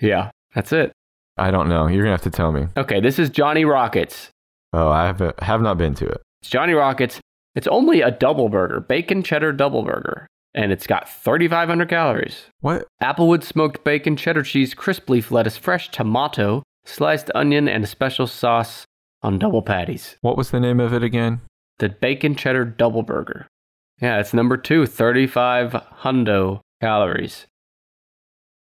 S1: yeah, that's it.
S2: I don't know. You're going to have to tell me.
S1: Okay, this is Johnny Rockets.
S2: Oh, I have, have not been to it.
S1: It's Johnny Rockets. It's only a double burger, bacon cheddar double burger, and it's got 3,500 calories.
S2: What?
S1: Applewood smoked bacon, cheddar cheese, crisp leaf lettuce, fresh tomato, sliced onion, and a special sauce on double patties.
S2: What was the name of it again?
S1: The bacon cheddar double burger. Yeah, it's number two, 35 hundo calories.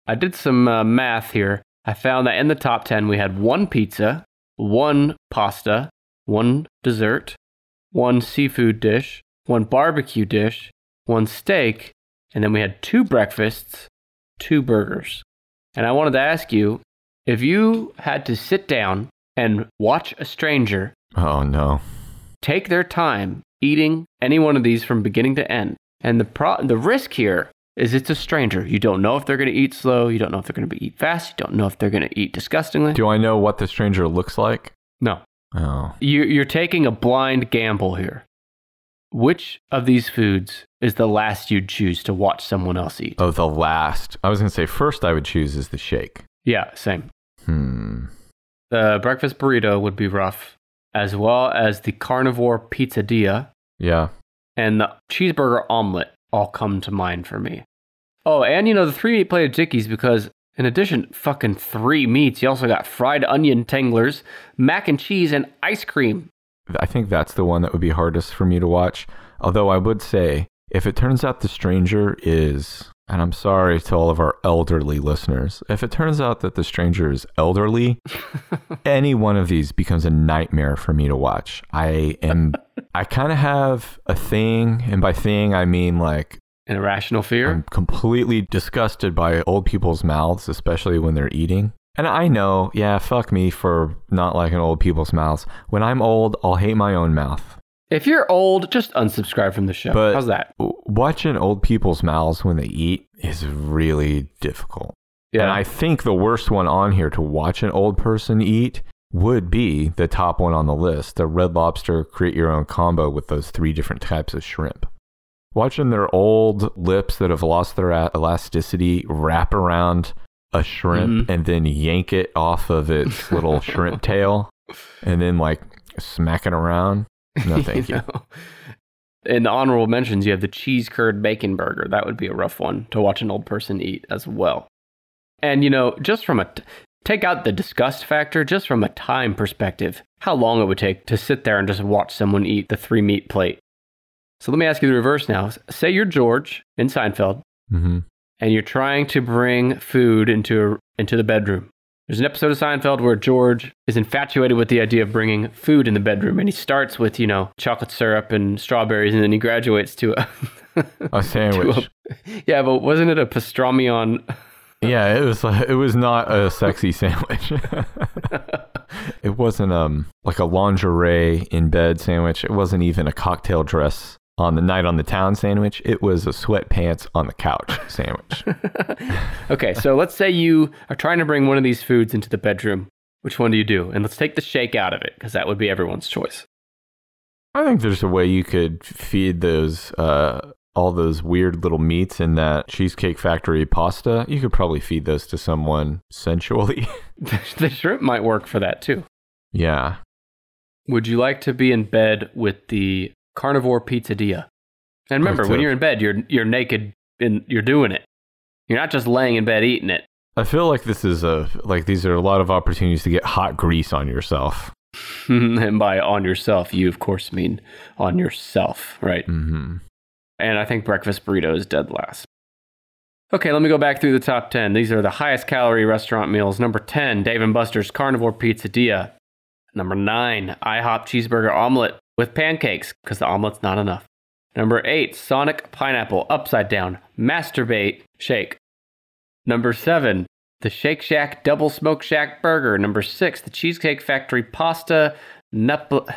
S1: I did some uh, math here. I found that in the top 10, we had one pizza, one pasta, one dessert, one seafood dish, one barbecue dish, one steak, and then we had two breakfasts, two burgers. And I wanted to ask you if you had to sit down and watch a stranger
S2: Oh, no.
S1: take their time eating any one of these from beginning to end. And the pro- the risk here is it's a stranger. You don't know if they're going to eat slow. You don't know if they're going to eat fast. You don't know if they're going to eat disgustingly.
S2: Do I know what the stranger looks like?
S1: no,
S2: Oh.
S1: you, you're taking a blind gamble here. Which of these foods is the last you'd choose to watch someone else eat?
S2: Oh, the last. I was going to say first I would choose is the shake.
S1: Yeah, same.
S2: Hmm.
S1: The breakfast burrito would be rough, as well as the carnivore pizzadilla.
S2: Yeah.
S1: and the cheeseburger omelet all come to mind for me. Oh, and you know, the three meat plate of Dickies because in addition, fucking three meats, you also got fried onion tanglers, mac and cheese, and ice cream.
S2: I think that's the one that would be hardest for me to watch. Although I would say, if it turns out the stranger is, and I'm sorry to all of our elderly listeners, if it turns out that the stranger is elderly, any one of these becomes a nightmare for me to watch. I am, I kind of have a thing, and by thing, I mean like
S1: An irrational
S2: I'm
S1: fear.
S2: completely disgusted by old people's mouths, especially when they're eating. And I know, yeah, fuck me for not liking old people's mouths. When I'm old, I'll hate my own mouth.
S1: If you're old, just unsubscribe from the show.
S2: But-
S1: How's that?
S2: W- Watching old people's mouths when they eat is really difficult. And I think the worst one on here to watch an old person eat would be the top one on the list the red lobster create your own combo with those three different types of shrimp. Watching their old lips that have lost their a- elasticity wrap around a shrimp and then yank it off of its little shrimp tail and then like smack it around. No, thank you.
S1: know? In the honorable mentions, you have the cheese curd bacon burger. That would be a rough one to watch an old person eat as well. And you know, just from a t- take out the disgust factor, just from a time perspective, how long it would take to sit there and just watch someone eat the three meat plate. So let me ask you the reverse now. Say you're George in Seinfeld
S2: Mm-hmm.
S1: and you're trying to bring food into into the bedroom. There's an episode of Seinfeld where George is infatuated with the idea of bringing food in the bedroom, and he starts with you know chocolate syrup and strawberries, and then he graduates to a
S2: A sandwich.
S1: yeah, but wasn't it a pastrami on?
S2: yeah, it was. Like, it was not a sexy sandwich. it wasn't um like a lingerie in bed sandwich. It wasn't even a cocktail dress on the night on the town sandwich. It was a sweatpants on the couch sandwich.
S1: okay, so let's say you are trying to bring one of these foods into the bedroom. Which one do you do? And let's take the shake out of it because that would be everyone's choice.
S2: I think there's a way you could feed those uh, all those weird little meats in that cheesecake factory pasta. You could probably feed those to someone sensually.
S1: the shrimp might work for that too.
S2: yeah.
S1: Would you like to be in bed with the carnivore pizzadilla? And remember,
S2: That's
S1: when
S2: it.
S1: you're in bed, you're you're naked and you're doing it. You're not just laying in bed eating it.
S2: I feel like this is a like these are a lot of opportunities to get hot grease on yourself.
S1: and by on yourself, you of course mean on yourself, right?
S2: Mm-hmm.
S1: And I think breakfast burrito is dead last. Okay, let me go back through the top 10. These are the highest calorie restaurant meals. Number 10, Dave and Buster's Carnivore Pizzadilla. Number 9, IHOP Cheeseburger Omelet with pancakes, because the omelet's not enough. Number 8, Sonic Pineapple Upside Down Masturbate Shake. Number 7, the Shake Shack Double Smoke Shack Burger. Number 6, the Cheesecake Factory Pasta Napol-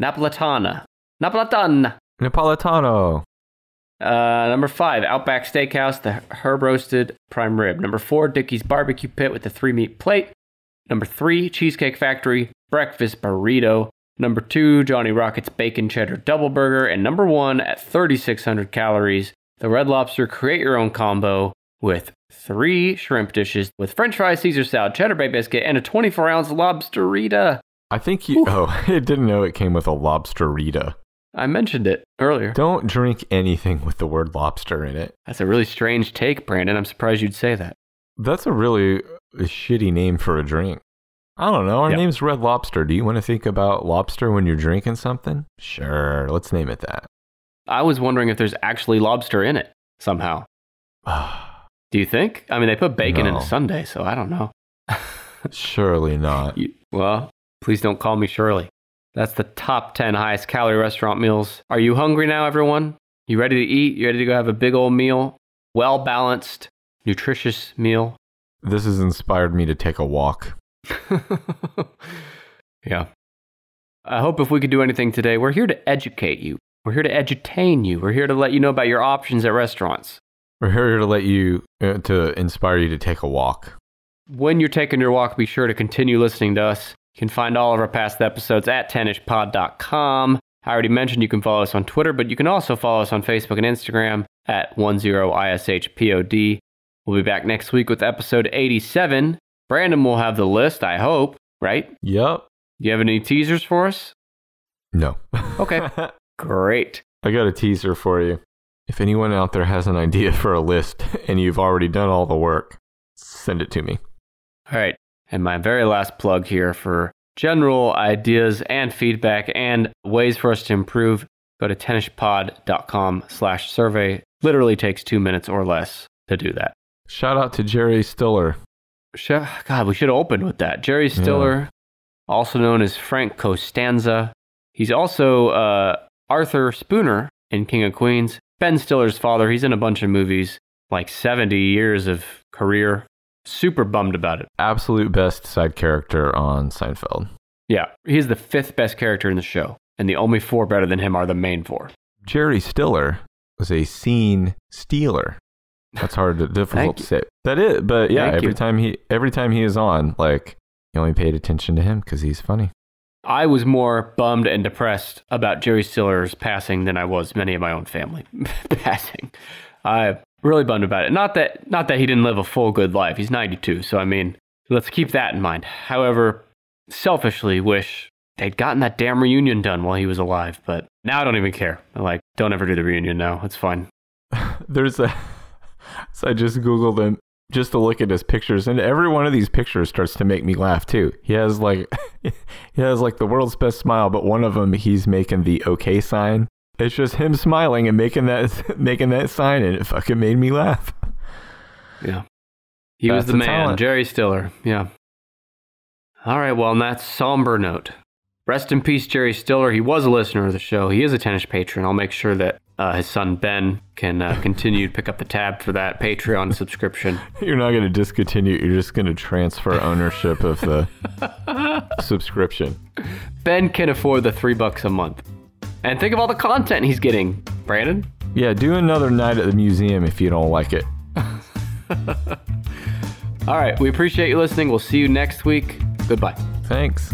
S1: Napolitana. Napolitana.
S2: Napolitano.
S1: Uh, number five, Outback Steakhouse, the herb roasted prime rib. Number four, Dickie's Barbecue Pit with the three meat plate. Number three, Cheesecake Factory breakfast burrito. Number two, Johnny Rocket's bacon cheddar double burger. And number one, at 3,600 calories, the Red Lobster create your own combo with three shrimp dishes with French fries, Caesar salad, cheddar bay biscuit, and a 24 ounce lobsterita.
S2: I think you. Oh, I didn't know it came with a lobsterita.
S1: I mentioned it earlier.
S2: Don't drink anything with the word lobster in it.
S1: That's a really strange take, Brandon. I'm surprised you'd say that.
S2: That's a really shitty name for a drink. I don't know. Our
S1: Yep.
S2: name's Red Lobster. Do you want to think about lobster when you're drinking something? Sure. Let's name it that.
S1: I was wondering if there's actually lobster in it somehow. Do you think? I mean, they put bacon in
S2: No.
S1: a sundae, so I don't know.
S2: Surely not.
S1: You- well, please don't call me Shirley. That's the top 10 highest calorie restaurant meals. Are you hungry now, everyone? You ready to eat? You ready to go have a big old meal? Well balanced, nutritious meal.
S2: This has inspired me to take a walk.
S1: yeah. I hope if we could do anything today, we're here to educate you. We're here to edutain you. We're here to let you know about your options at restaurants.
S2: We're here to let you, uh, to inspire you to take a walk.
S1: When you're taking your walk, be sure to continue listening to us. You can find all of our past episodes at 10ishpod.com. I already mentioned you can follow us on Twitter, but you can also follow us on Facebook and Instagram at 10ishpod. We'll be back next week with episode 87. Brandon will have the list, I hope, right?
S2: Yep.
S1: Do you have any teasers for us?
S2: No.
S1: Okay. Great.
S2: I got a teaser for you. If anyone out there has an idea for a list and you've already done all the work, send it to me.
S1: All right. And my very last plug here for general ideas and feedback and ways for us to improve, go to tennispod.com slash survey. Literally takes two minutes or less to do that.
S2: Shout out to Jerry Stiller.
S1: Sh- God, we should have opened with that. Jerry Stiller, also known as Frank Costanza. He's also uh, Arthur Spooner in King of Queens. Ben Stiller's father. He's in a bunch of movies, like 70 years of career. Super bummed about it.
S2: Absolute best side character on Seinfeld.
S1: Yeah, he's the fifth best character in the show, and the only four better than him are the main four.
S2: Jerry Stiller was a scene stealer. That's hard to difficult
S1: Thank
S2: to say. That is, but yeah,
S1: Thank
S2: every
S1: you.
S2: time he every time he is on, like you only paid attention to him because he's funny.
S1: I was more bummed and depressed about Jerry Stiller's passing than I was many of my own family passing. I really bummed about it. Not that not that he didn't live a full good life. He's 92, so I mean, let's keep that in mind. However, selfishly wish they'd gotten that damn reunion done while he was alive, but now I don't even care. I'm like, don't ever do the reunion now. It's fine.
S2: There's a so I just googled him just to look at his pictures and every one of these pictures starts to make me laugh too he has like he has like the world's best smile but one of them he's making the okay sign it's just him smiling and making that making that sign and it fucking made me laugh
S1: He was
S2: That's
S1: the
S2: a
S1: man,
S2: talent.
S1: Jerry Stiller. Yeah. All right. Well, on that somber note, rest in peace, Jerry Stiller. He was a listener of the show. He is a tennis patron. I'll make sure that uh, his son Ben can uh, continue to pick up the tab for that Patreon subscription.
S2: you're not going to discontinue you're just going to transfer ownership of the subscription
S1: Ben can afford the three bucks a month. And think of all the content he's getting, Brandon.
S2: yeah do another night at the museum if you don't like it
S1: All right. We appreciate you listening. We'll see you next week. Goodbye.
S2: thanks